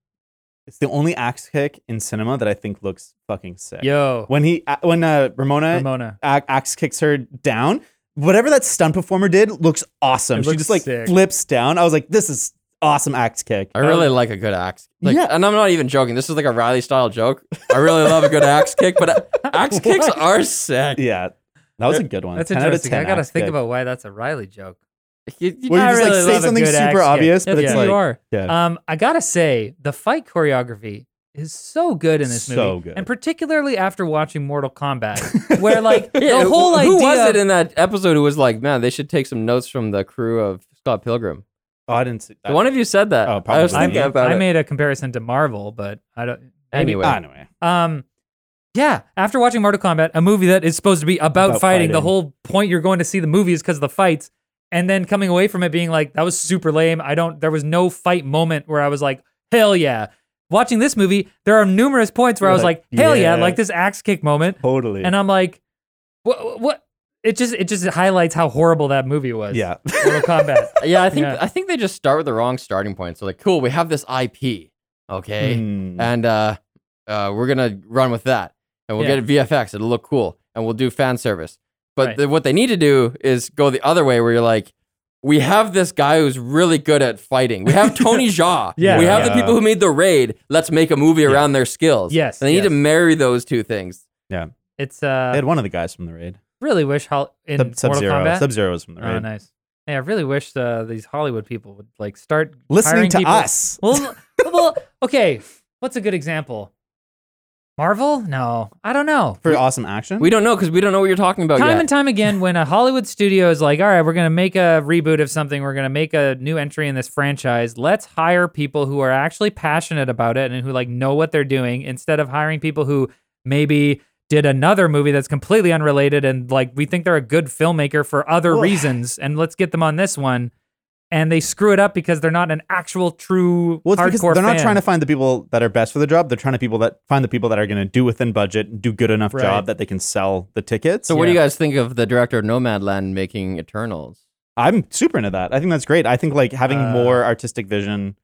it's the only axe kick in cinema that i think looks fucking sick Yo, when he uh, when uh, ramona Ramona, ac- axe kicks her down. Whatever that stunt performer did looks awesome. It she looks just like sick. flips down. I was like, this is awesome axe kick. I really like a good axe. Like, Yeah. and I'm not even joking. This is like a Riley style joke. I really love a good axe kick, but axe kicks are sick. Yeah, that was a good one. that's 10 out of interesting. I 10 gotta axe think kick. about why that's a Riley joke. You, you- Where you I just really like say love a something good axe super kick. obvious, yeah, but it's yeah, like you are. yeah. Um, I gotta say, the fight choreography is so good in this So movie, good. and particularly after watching Mortal Kombat, where like the whole who, idea. who was it in that episode who was like, man, they should take some notes from the crew of Scott Pilgrim? Oh, I didn't see that. One of you said that. Oh, I was probably. thinking I'm- about I it. made a comparison to Marvel, but I don't. maybe- anyway, Ah, anyway, Um, yeah. After watching Mortal Kombat, a movie that is supposed to be about, About fighting, the fighting. whole point you're going to see the movie is because of the fights, and then coming away from it being like, that was super lame. I don't. There was no fight moment where I was like, hell yeah. Watching this movie, there are numerous points where I You're was like, like, hell yeah, yeah. like this axe kick moment, totally. and I'm like, what? What? It just it just highlights how horrible that movie was. yeah, Mortal Kombat. yeah, I think Yeah. I think they just start with the wrong starting point. So like, cool, we have this IP, okay, Mm. and uh, uh, we're gonna run with that, and we'll Yeah. get VFX. It'll look cool, and we'll do fan service. But Right. the, what they need to do is go the other way, where you're like, we have this guy who's really good at fighting. We have Tony Jaa. Yeah. we have the Yeah. people who made the raid. Let's make a movie around their skills. Yes, and they need to yes. marry those two things. It's uh they had one of the guys from the raid. really wish Hol- in Sub Mortal Zero. Kombat. Sub Zero was from the raid. Oh, nice. Yeah, I really wish uh, these Hollywood people would like start Listening hiring to people. us. Well, well, okay. What's a good example? Marvel? No, I don't know. for awesome action. We don't know because we don't know what you're talking about Time yet. and time again, when a Hollywood studio is like, "All right, we're gonna make a reboot of something. We're gonna make a new entry in this franchise. Let's hire people who are actually passionate about it and who like know what they're doing, instead of hiring people who maybe." Did another movie that's completely unrelated, and like we think they're a good filmmaker for other Well- reasons, and let's get them on this one, and they screw it up because they're not an actual true Well, it's because hardcore. they're not fan. trying to find the people that are best for the job. They're trying to people that find the people that are going to do within budget, do good enough Right. job that they can sell the tickets. so, what do you guys think of the director of Nomadland making Eternals? I'm super into that. I think that's great. I think like having Uh, more artistic vision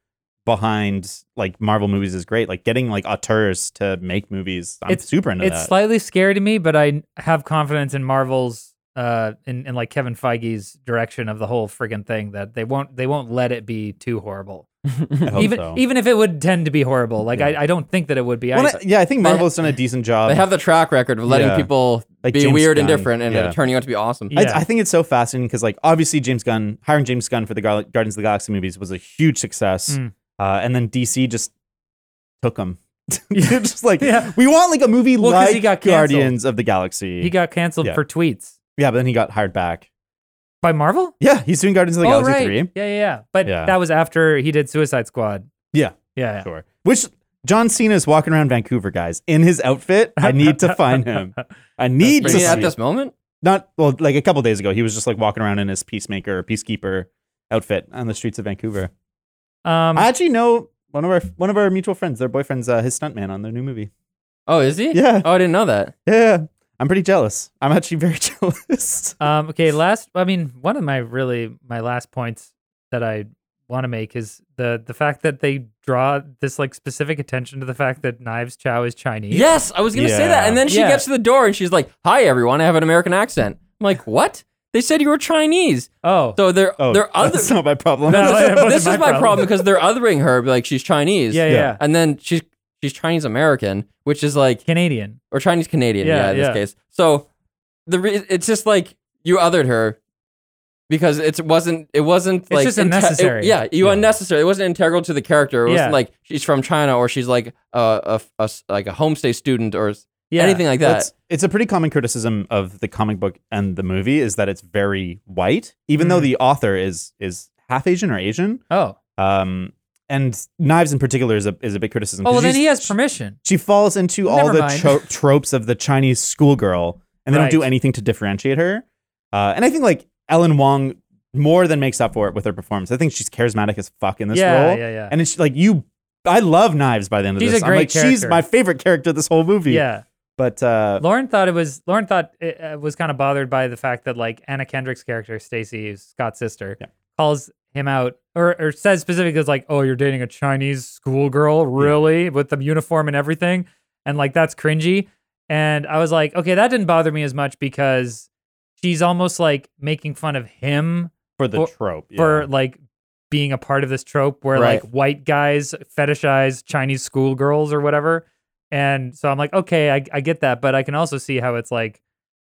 behind like Marvel movies is great. Like getting like auteurs to make movies. I'm It's- super into it's that. slightly scary to me, but I have confidence in Marvel's uh in, in like Kevin Feige's direction of the whole friggin' thing that they won't they won't let it be too horrible. I hope even so. even if it would tend to be horrible. Like I, I don't think that it would be. Well, I, I- yeah, I think They- Marvel's done a decent job. They have the track record of letting Um, Yeah. people Like be James weird and Gunn. different and Yeah. it turning out to be awesome. Yeah. I, I think it's so fascinating because, like, obviously James Gunn hiring James Gunn for the Gar- Guardians of the Galaxy movies was a huge success, Mm. uh, and then DC just took him, They're just like, Yeah. we want like a movie Well, 'cause like he got canceled. Guardians of the Galaxy. He got canceled Yeah. for tweets yeah, but then he got hired back. by Marvel. Yeah, he's doing Guardians of the oh Galaxy right, 3. yeah, yeah, yeah. But Yeah. that was after he did Suicide Squad. Yeah. yeah. Sure. Which John Cena is walking around Vancouver, guys, in his outfit. I need to find him. I need to Really see at him. this moment? Not well, like a couple days ago, he was just like walking around in his peacemaker or peacekeeper outfit on the streets of Vancouver. Um, I actually know one of our one of our mutual friends. Their boyfriend's uh, his stuntman on their new movie. Oh, is he? Yeah, Oh, I didn't know that. yeah. I'm pretty jealous. I'm actually very jealous. Um, okay, last. I mean, one of my really my last points that I want to make is the the fact that they draw this like specific attention to the fact that Knives Chow is Chinese. Yes, I was gonna say that. Yeah. And then she Yeah. gets to the door and she's like, "Hi, everyone. I have an American accent." I'm like, "What? They said you were Chinese." Oh, So they're Oh, they're other. that's not my problem. No, no, that wasn't this is my my problem. problem. because they're othering her like she's Chinese. yeah, yeah, yeah. yeah. And then she's she's Chinese American, which is like Canadian. or Chinese Canadian. Yeah, Yeah, in this yeah. case. So the re- it's just like you othered her because it wasn't it wasn't like just inte- unnecessary. it- yeah, you Yeah. unnecessary. It wasn't integral to the character. It wasn't Yeah. like she's from China or she's like a, a, a s- like a homestay student or s- Yeah, anything like that. That's, it's a pretty common criticism of the comic book and the movie is that it's very white, even though Mm. the author is is half Asian or Asian. Oh, Um, and Knives in particular is a is a big criticism. oh. 'cause Well, then she's- he has permission. She falls into all Never the mind. tro- tropes of the Chinese schoolgirl, and they Right. don't do anything to differentiate her. Uh, and I think like Ellen Wong more than makes up for it with her performance. I think she's charismatic as fuck in this Yeah, role, yeah, yeah. and it's like you. I love Knives by the end of She's this. a I'm great like, she's character. my favorite character this whole movie. yeah. But uh, Lauren thought it was Lauren thought it uh, was kind of bothered by the fact that like Anna Kendrick's character Stacy, who's Scott's sister, Yeah. calls him out or or says specifically it's like, "Oh, you're dating a Chinese schoolgirl, really, with the uniform and everything," and like that's cringy. And I was like, okay, that didn't bother me as much because she's almost like making fun of him for the for- trope, yeah. for like being a part of this trope where Right. like white guys fetishize Chinese schoolgirls or whatever. And so I'm like, okay, I, I get that, but I can also see how it's like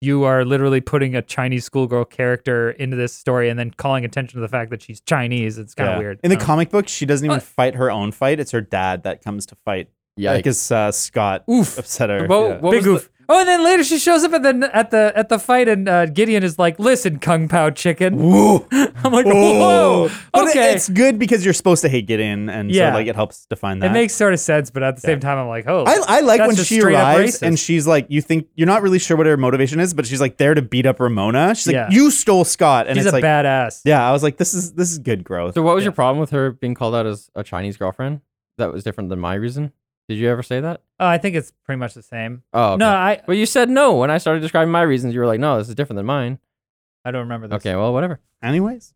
you are literally putting a Chinese schoolgirl character into this story and then calling attention to the fact that she's Chinese. It's kind of Yeah. weird. In the Um, comic book, she doesn't even Uh, fight her own fight. It's her dad that comes to fight. Yeah. because uh, Scott Oof. upset her. Well, Yeah. what Big was the- oof. oh, and then later she shows up at the at the at the fight, and uh, Gideon is like, "Listen, Kung Pao Chicken." Woo! I'm like, Oh. "Whoa, But it- okay." it's good because you're supposed to hate Gideon, and Yeah. so like it helps define that. it makes sort of sense, but at the same time, I'm like, "Oh, I, I like that's when just she straight up arrives racist. and she's like, you think you're not really sure what her motivation is, but she's like there to beat up Ramona. She's like, Yeah. you stole Scott, and he's it's a like, badass." yeah. I was like, this is this is good growth. So what was Yeah. your problem with her being called out as a Chinese girlfriend? That was different than my reason. Did you ever say that? Oh, I think it's pretty much the same. Oh okay. No, I Well, you said no when I started describing my reasons. You were like, "No, this is different than mine." I don't remember this. Okay, well, whatever. Anyways,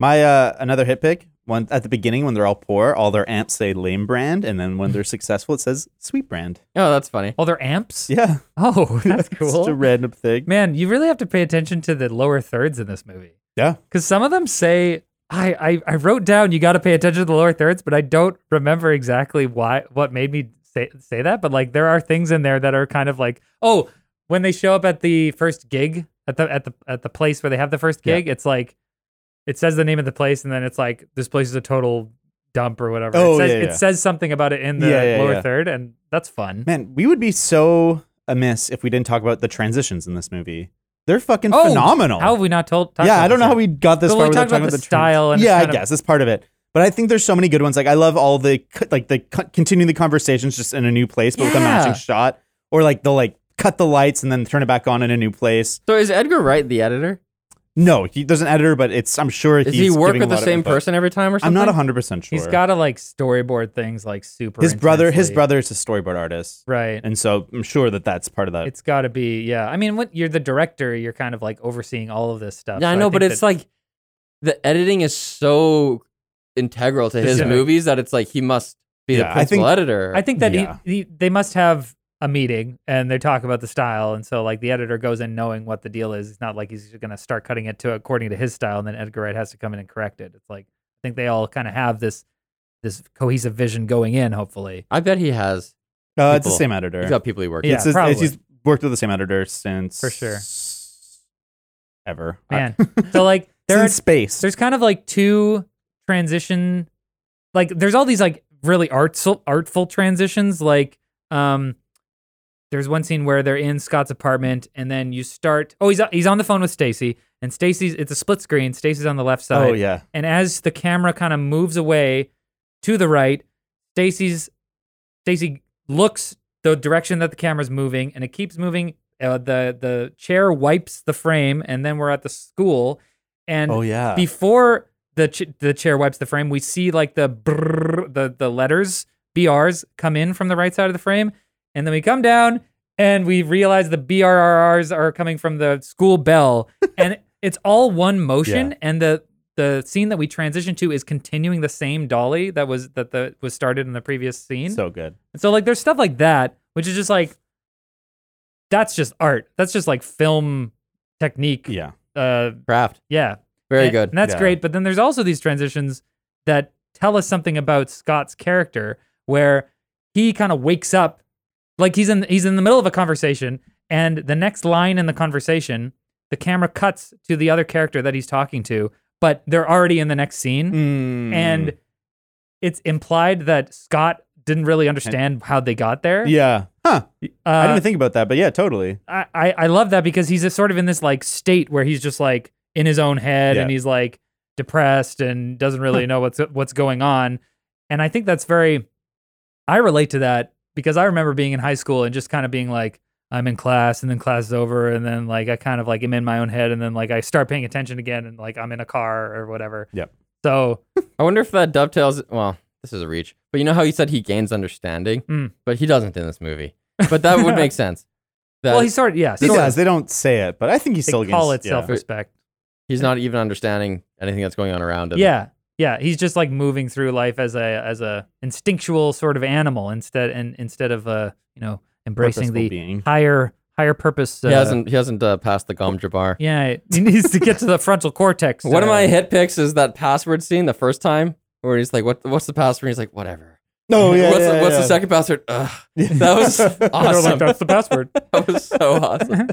my uh another hit pick one at the beginning when they're all poor, all their aunts say lame brand, and then when they're successful, it says sweet brand. Oh, that's funny. Oh, they're amps. Yeah, Oh, It's that's just a cool. random thing. Man, you really have to pay attention to the lower thirds in this movie Yeah, because some of them say. I, I, I wrote down you got to pay attention to the lower thirds, but I don't remember exactly why what made me say say that. But like there are things in there that are kind of like oh when they show up at the first gig at the at the at the place where they have the first Yeah. gig, it's like it says the name of the place and then it's like this place is a total dump or whatever. Oh, it says yeah, yeah. it says something about it in the Yeah, yeah, lower yeah. third, and that's fun. man, we would be so amiss if we didn't talk about the transitions in this movie. They're fucking Oh, phenomenal. How have we not told? talked yeah, about I don't know this how yet? we got this But far. we without talked about talking the about trans- style and yeah, I kind of- guess that's part of it. But I think there's so many good ones. Like I love all the cu- like the cu- continuing the conversations just in a new place, but with a Yeah. matching shot, or like they'll like cut the lights and then turn it back on in a new place. So is Edgar Wright the editor? No, he, there's an editor, but it's I'm sure Does he's he work giving with a the lot of same input. person every time or I'm something? not 100 percent sure. He's got to like storyboard things like super. his brother. His intensely. brother is a storyboard artist, Right. and so I'm sure that that's part of that. It's got to be yeah. I mean, when you're the director, you're kind of like overseeing all of this stuff. Yeah, I so know, think but it's that- like the editing is so integral to his Specific. movies that it's like he must be Yeah, the I principal think- editor. I think that he- Yeah. he, they must have a meeting and they talk about the style, and so like the editor goes in knowing what the deal is. It's not like he's going to start cutting it to according to his style, and then Edgar Wright has to come in and correct it. It's like I think they all kind of have this this cohesive vision going in. Hopefully, I bet he has. uh, it's the people. same editor. He's got people he works. Yeah, with. it's his- probably. he's worked with the same editor since For sure. Ever man. so like there are Since space. there's kind of like two transition like there's all these like really artful artful transitions like um there's one scene where they're in Scott's apartment and then you start oh he's he's on the phone with Stacy and Stacy's it's a split screen Stacy's on the left side Oh yeah. and as the camera kind of moves away to the right, Stacy's Stacy looks the direction that the camera's moving, and it keeps moving. Uh, the the chair wipes the frame, and then we're at the school. And Oh yeah. before the ch- the chair wipes the frame, we see like the brrr, the the letters BRs come in from the right side of the frame, and then we come down and we realize the BRRRs are coming from the school bell, and it's all one motion. And the the scene that we transition to is continuing the same dolly that was that the was started in the previous scene. So good. And so like there's stuff like that, which is just like that's just art. That's just like film technique. Yeah. Uh, Craft. yeah. Very And- good. And that's Yeah. great. But then there's also these transitions that tell us something about Scott's character where he kind of wakes up like he's in he's in the middle of a conversation and the next line in the conversation the camera cuts to the other character that he's talking to but they're already in the next scene Mm. Mm. and it's implied that Scott didn't really understand how they got there. yeah. Huh. I Uh, didn't think about that, but yeah, totally. I, I I love that because he's just sort of in this like state where he's just like in his own head and Yeah. he's like depressed and doesn't really know what's what's going on. And I think that's very I relate to that because I remember being in high school and just kind of being like I'm in class and then class is over and then like I kind of like am in my own head and then like I start paying attention again and like I'm in a car or whatever. Yep. So I wonder if that dovetails. Well, this is a reach, but you know how you said he gains understanding, Mm. but he doesn't in this movie. But that would make sense. That well he sort of yeah, He so does. They don't say it, but I think he they still call it against, yeah. self-respect. he's not even understanding anything that's going on around him. Yeah. Yeah, he's just like moving through life as a as a instinctual sort of animal instead and instead of uh, you know, embracing Purposeful the being. higher higher purpose. Uh, he hasn't. He hasn't uh, passed the Gom Jabbar. Yeah, he needs to get to the frontal cortex. One of uh, my hit picks is that password scene the first time where he's like, "What? What's the password?" And he's like, "Whatever." No, Oh, yeah. what's yeah, the, yeah. what's the second password? Ugh. Yeah. That was they're awesome. uh, like, that's the password. that was so awesome.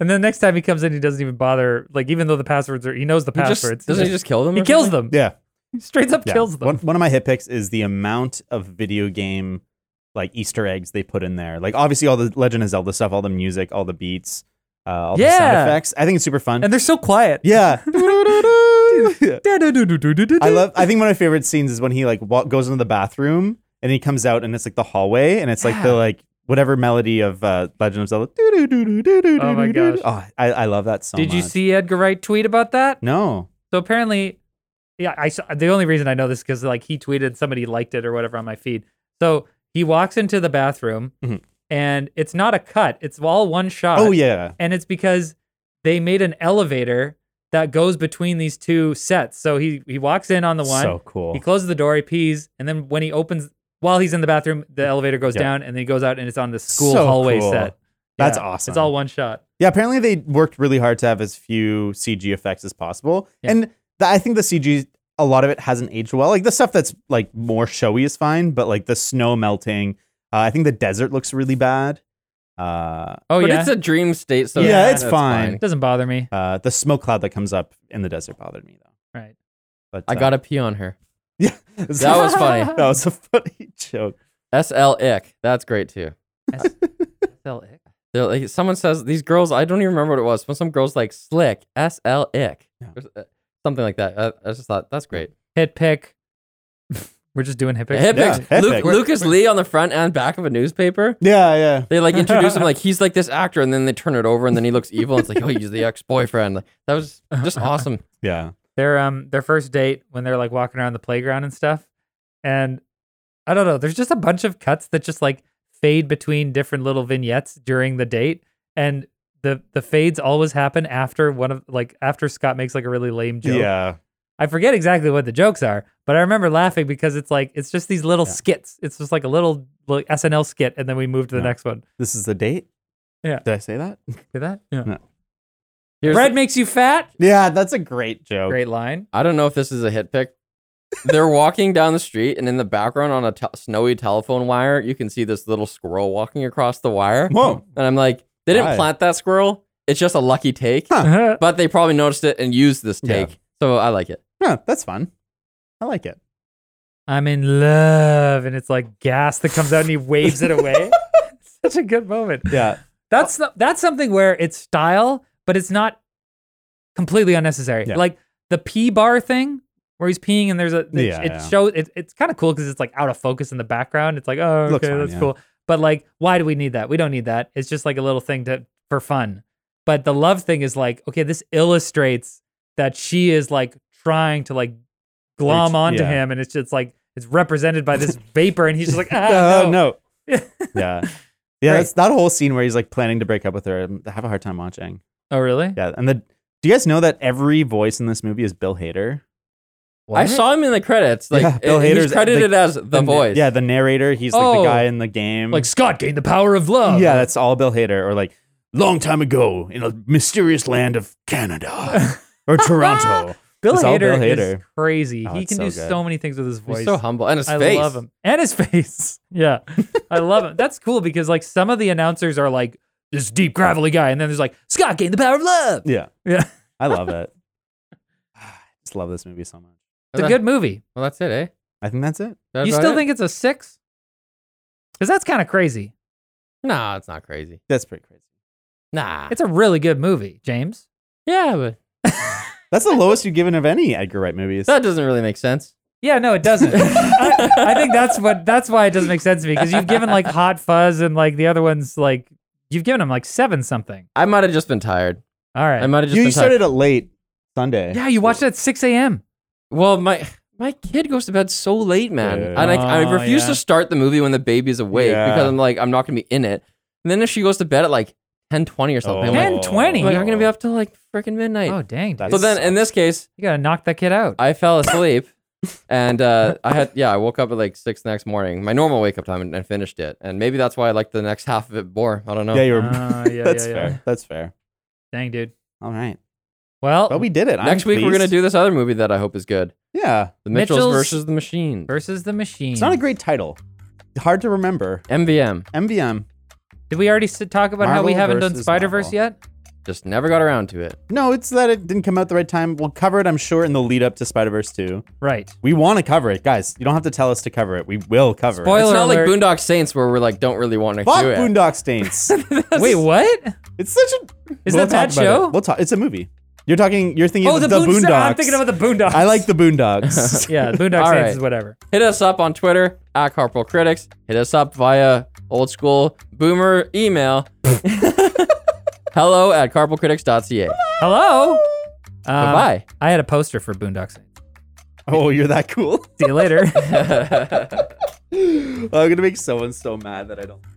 and then next time he comes in, he doesn't even bother. Like even though the passwords are, he knows the He just- passwords. doesn't he just kill them? he or kills something? them. Yeah. He straight up yeah. kills them. One, one of my hit picks is the amount of video game like Easter eggs they put in there. Like obviously all the Legend of Zelda stuff, all the music, all the beats, uh, all the Yeah. sound effects. I think it's super fun. and they're so quiet. yeah. I I love I think one of my favorite scenes is when he like wa- goes into the bathroom and he comes out and it's like the hallway and it's like the Yeah. like whatever melody of uh, Legend of Zelda. Oh my gosh. Oh, I, I love that so Did you much. see Edgar Wright tweet about that? No. So apparently, yeah, I saw the only reason I know this because like he tweeted somebody liked it or whatever on my feed. So he walks into the bathroom Mhm. and it's not a cut, it's all one shot. Oh yeah. And it's because they made an elevator that goes between these two sets. So he he walks in on the one, So cool. he closes the door, he pees, and then when he opens while he's in the bathroom, the elevator goes Yeah. down and then he goes out and it's on the school So hallway cool. set. That's Yeah, awesome. It's all one shot. Yeah, apparently they worked really hard to have as few CG effects as possible. Yeah. And the, I think the CG, a lot of it hasn't aged well. Like the stuff that's like more showy is fine, but like the snow melting, uh, I think the desert looks really bad. Uh, Oh but yeah. it's a dream state, so Yeah, that- it's that's fine. doesn't bother me. uh, the smoke cloud that comes up in the desert bothered me though. Right. But I uh, gotta pee on her. that That was funny. that was a funny joke. S L ick. That's great too. Still ick. They're like, someone says these girls. I don't even remember what it was. But some girls like slick, S L ick, Yeah. Or s- uh, something like that. I, I just thought that's great. hit pick. We're just doing hit picks. Hit Yeah, picks. hit Luke, pick. Lucas Lee on the front and back of a newspaper. Yeah, yeah. They like introduce him like he's like this actor, and then they turn it over, and then he looks evil. And it's like, oh, he's the ex-boyfriend. Like, that was just awesome. Yeah. Their um their first date when they're like walking around the playground and stuff, and I don't know. There's just a bunch of cuts that just like fade between different little vignettes during the date, and the the fades always happen after one of like after Scott makes like a really lame joke. Yeah. I forget exactly what the jokes are, but I remember laughing because it's like it's just these little Yeah. skits. It's just like a little like SNL skit, and then we move to the Yeah. next one. This is the date? Yeah. Did I say that? Did that? Yeah. Here's- Bread makes you fat. Yeah, that's a great joke. Great line. I don't know if this is a hit pick. They're walking down the street, and in the background on a te- snowy telephone wire, you can see this little squirrel walking across the wire. Whoa. And I'm like, they didn't Why? plant that squirrel. It's just a lucky take. Huh. But they probably noticed it and used this Yeah. take. So I like it. Huh, that's fun. I like it. I'm in love, and it's like gas that comes out, and he waves it away. Such a good moment. Yeah. That's so- that's something where it's style, but it's not completely unnecessary. Yeah. Like the pee bar thing where he's peeing and there's a it, Yeah, it yeah. shows it, it's kind of cool because it's like out of focus in the background. It's like oh Looks okay fine, that's yeah. cool, but like why do we need that? We don't need that. It's just like a little thing to for fun. But the love thing is like okay, this illustrates that she is like trying to like glom Reach- onto yeah. him, and it's just like it's represented by this vapor, and he's just like ah Oh no. no. yeah. Yeah, Great. that's that whole scene where he's like planning to break up with her. um, I have a hard time watching. oh really Yeah, and the do you guys know that every voice in this movie is Bill Hader? I What? saw him in the credits. Like Yeah, Bill uh, he's Hader's- the- credited as the, na- voice. Yeah, the narrator. He's like Oh. the guy in the game. like Scott gained the power of love yeah, that's all Bill Hader. Or like long time ago in a mysterious land of Canada or Toronto. Bill It's all Hader, Bill is Hader. crazy. Oh, he it's can so do good. so many things with his voice. he's so humble and his I face. love him and his face. Yeah, I love him. That's cool because like some of the announcers are like this deep gravelly guy, and then there's like Scott gained the power of love. yeah, Yeah, I love it. Ah, I just love this movie so much. it's a good movie. Well, that's it, eh? I think that's it. That you about still it? think it's a six? Because that's kind of crazy. Nah, it's not crazy. That's pretty crazy. Nah. It's a really good movie, James. yeah, but That's the lowest you've given of any Edgar Wright movies. that doesn't really make sense. Yeah, no, it doesn't. I, I think that's what that's why it doesn't make sense to me because you've given like Hot Fuzz and like the other ones like you've given them like seven something. I might have just been tired. All right. I might have just you been tired. started it late Sunday. Yeah, you watched it at 6 a.m. Well, my my kid goes to bed so late, man, Yeah. and I, I Oh, refuse yeah. to start the movie when the baby's awake Yeah. because I'm like I'm not gonna be in it. And then if she goes to bed at like ten twenty or something, Oh. I'm like, 10:20? I'm like, I'm gonna be up till like freaking midnight. Oh, dang. dude. so That's- then in this case, you got to knock that kid out. I fell asleep, and uh, I had yeah, I woke up at like six the next morning, my normal wake up time, and, and finished it. And maybe that's why I liked the next half of it more. I don't know. Yeah, you were. Ah, yeah, that's yeah, yeah. fair. That's fair. Dang, dude. All right. Well, But we did it. I'm next week we're gonna pleased. do this other movie that I hope is good, Yeah. The Mitchells, Mitchells- versus the Machine, versus the machine. It's not a great title. Hard to remember. MVM. MVM. Did we already s- talk about how we Marvel haven't done versus Spider Verse Marvel. yet? Just never got around to it. No, it's that it didn't come out the right time. We'll cover it, I'm sure, in the lead up to Spider Verse 2. Right. We want to cover it, guys. You don't have to tell us to cover it. We will cover Spoil- it. it's Spoiler not alert. like Boondock Saints where we're like don't really want to Fuck do it. Boondock Saints. Wait, what? it's such a. Is we'll that that talk about show? It. We'll talk. It's a movie. You're talking. You're thinking Oh, of the, the, Boondocks. Boondocks. I'm thinking about the Boondocks. I like the Boondocks. Yeah, the Boondocks All Saints right. is whatever. Hit us up on Twitter at Carpool Critics. Hit us up via old school boomer email. Hello at carpoolcritics.ca. Hello. Um, Bye I had a poster for Boondocks. Saints. oh, you're that cool. Oh, See you later. bye. I'm gonna make someone so mad that I don't.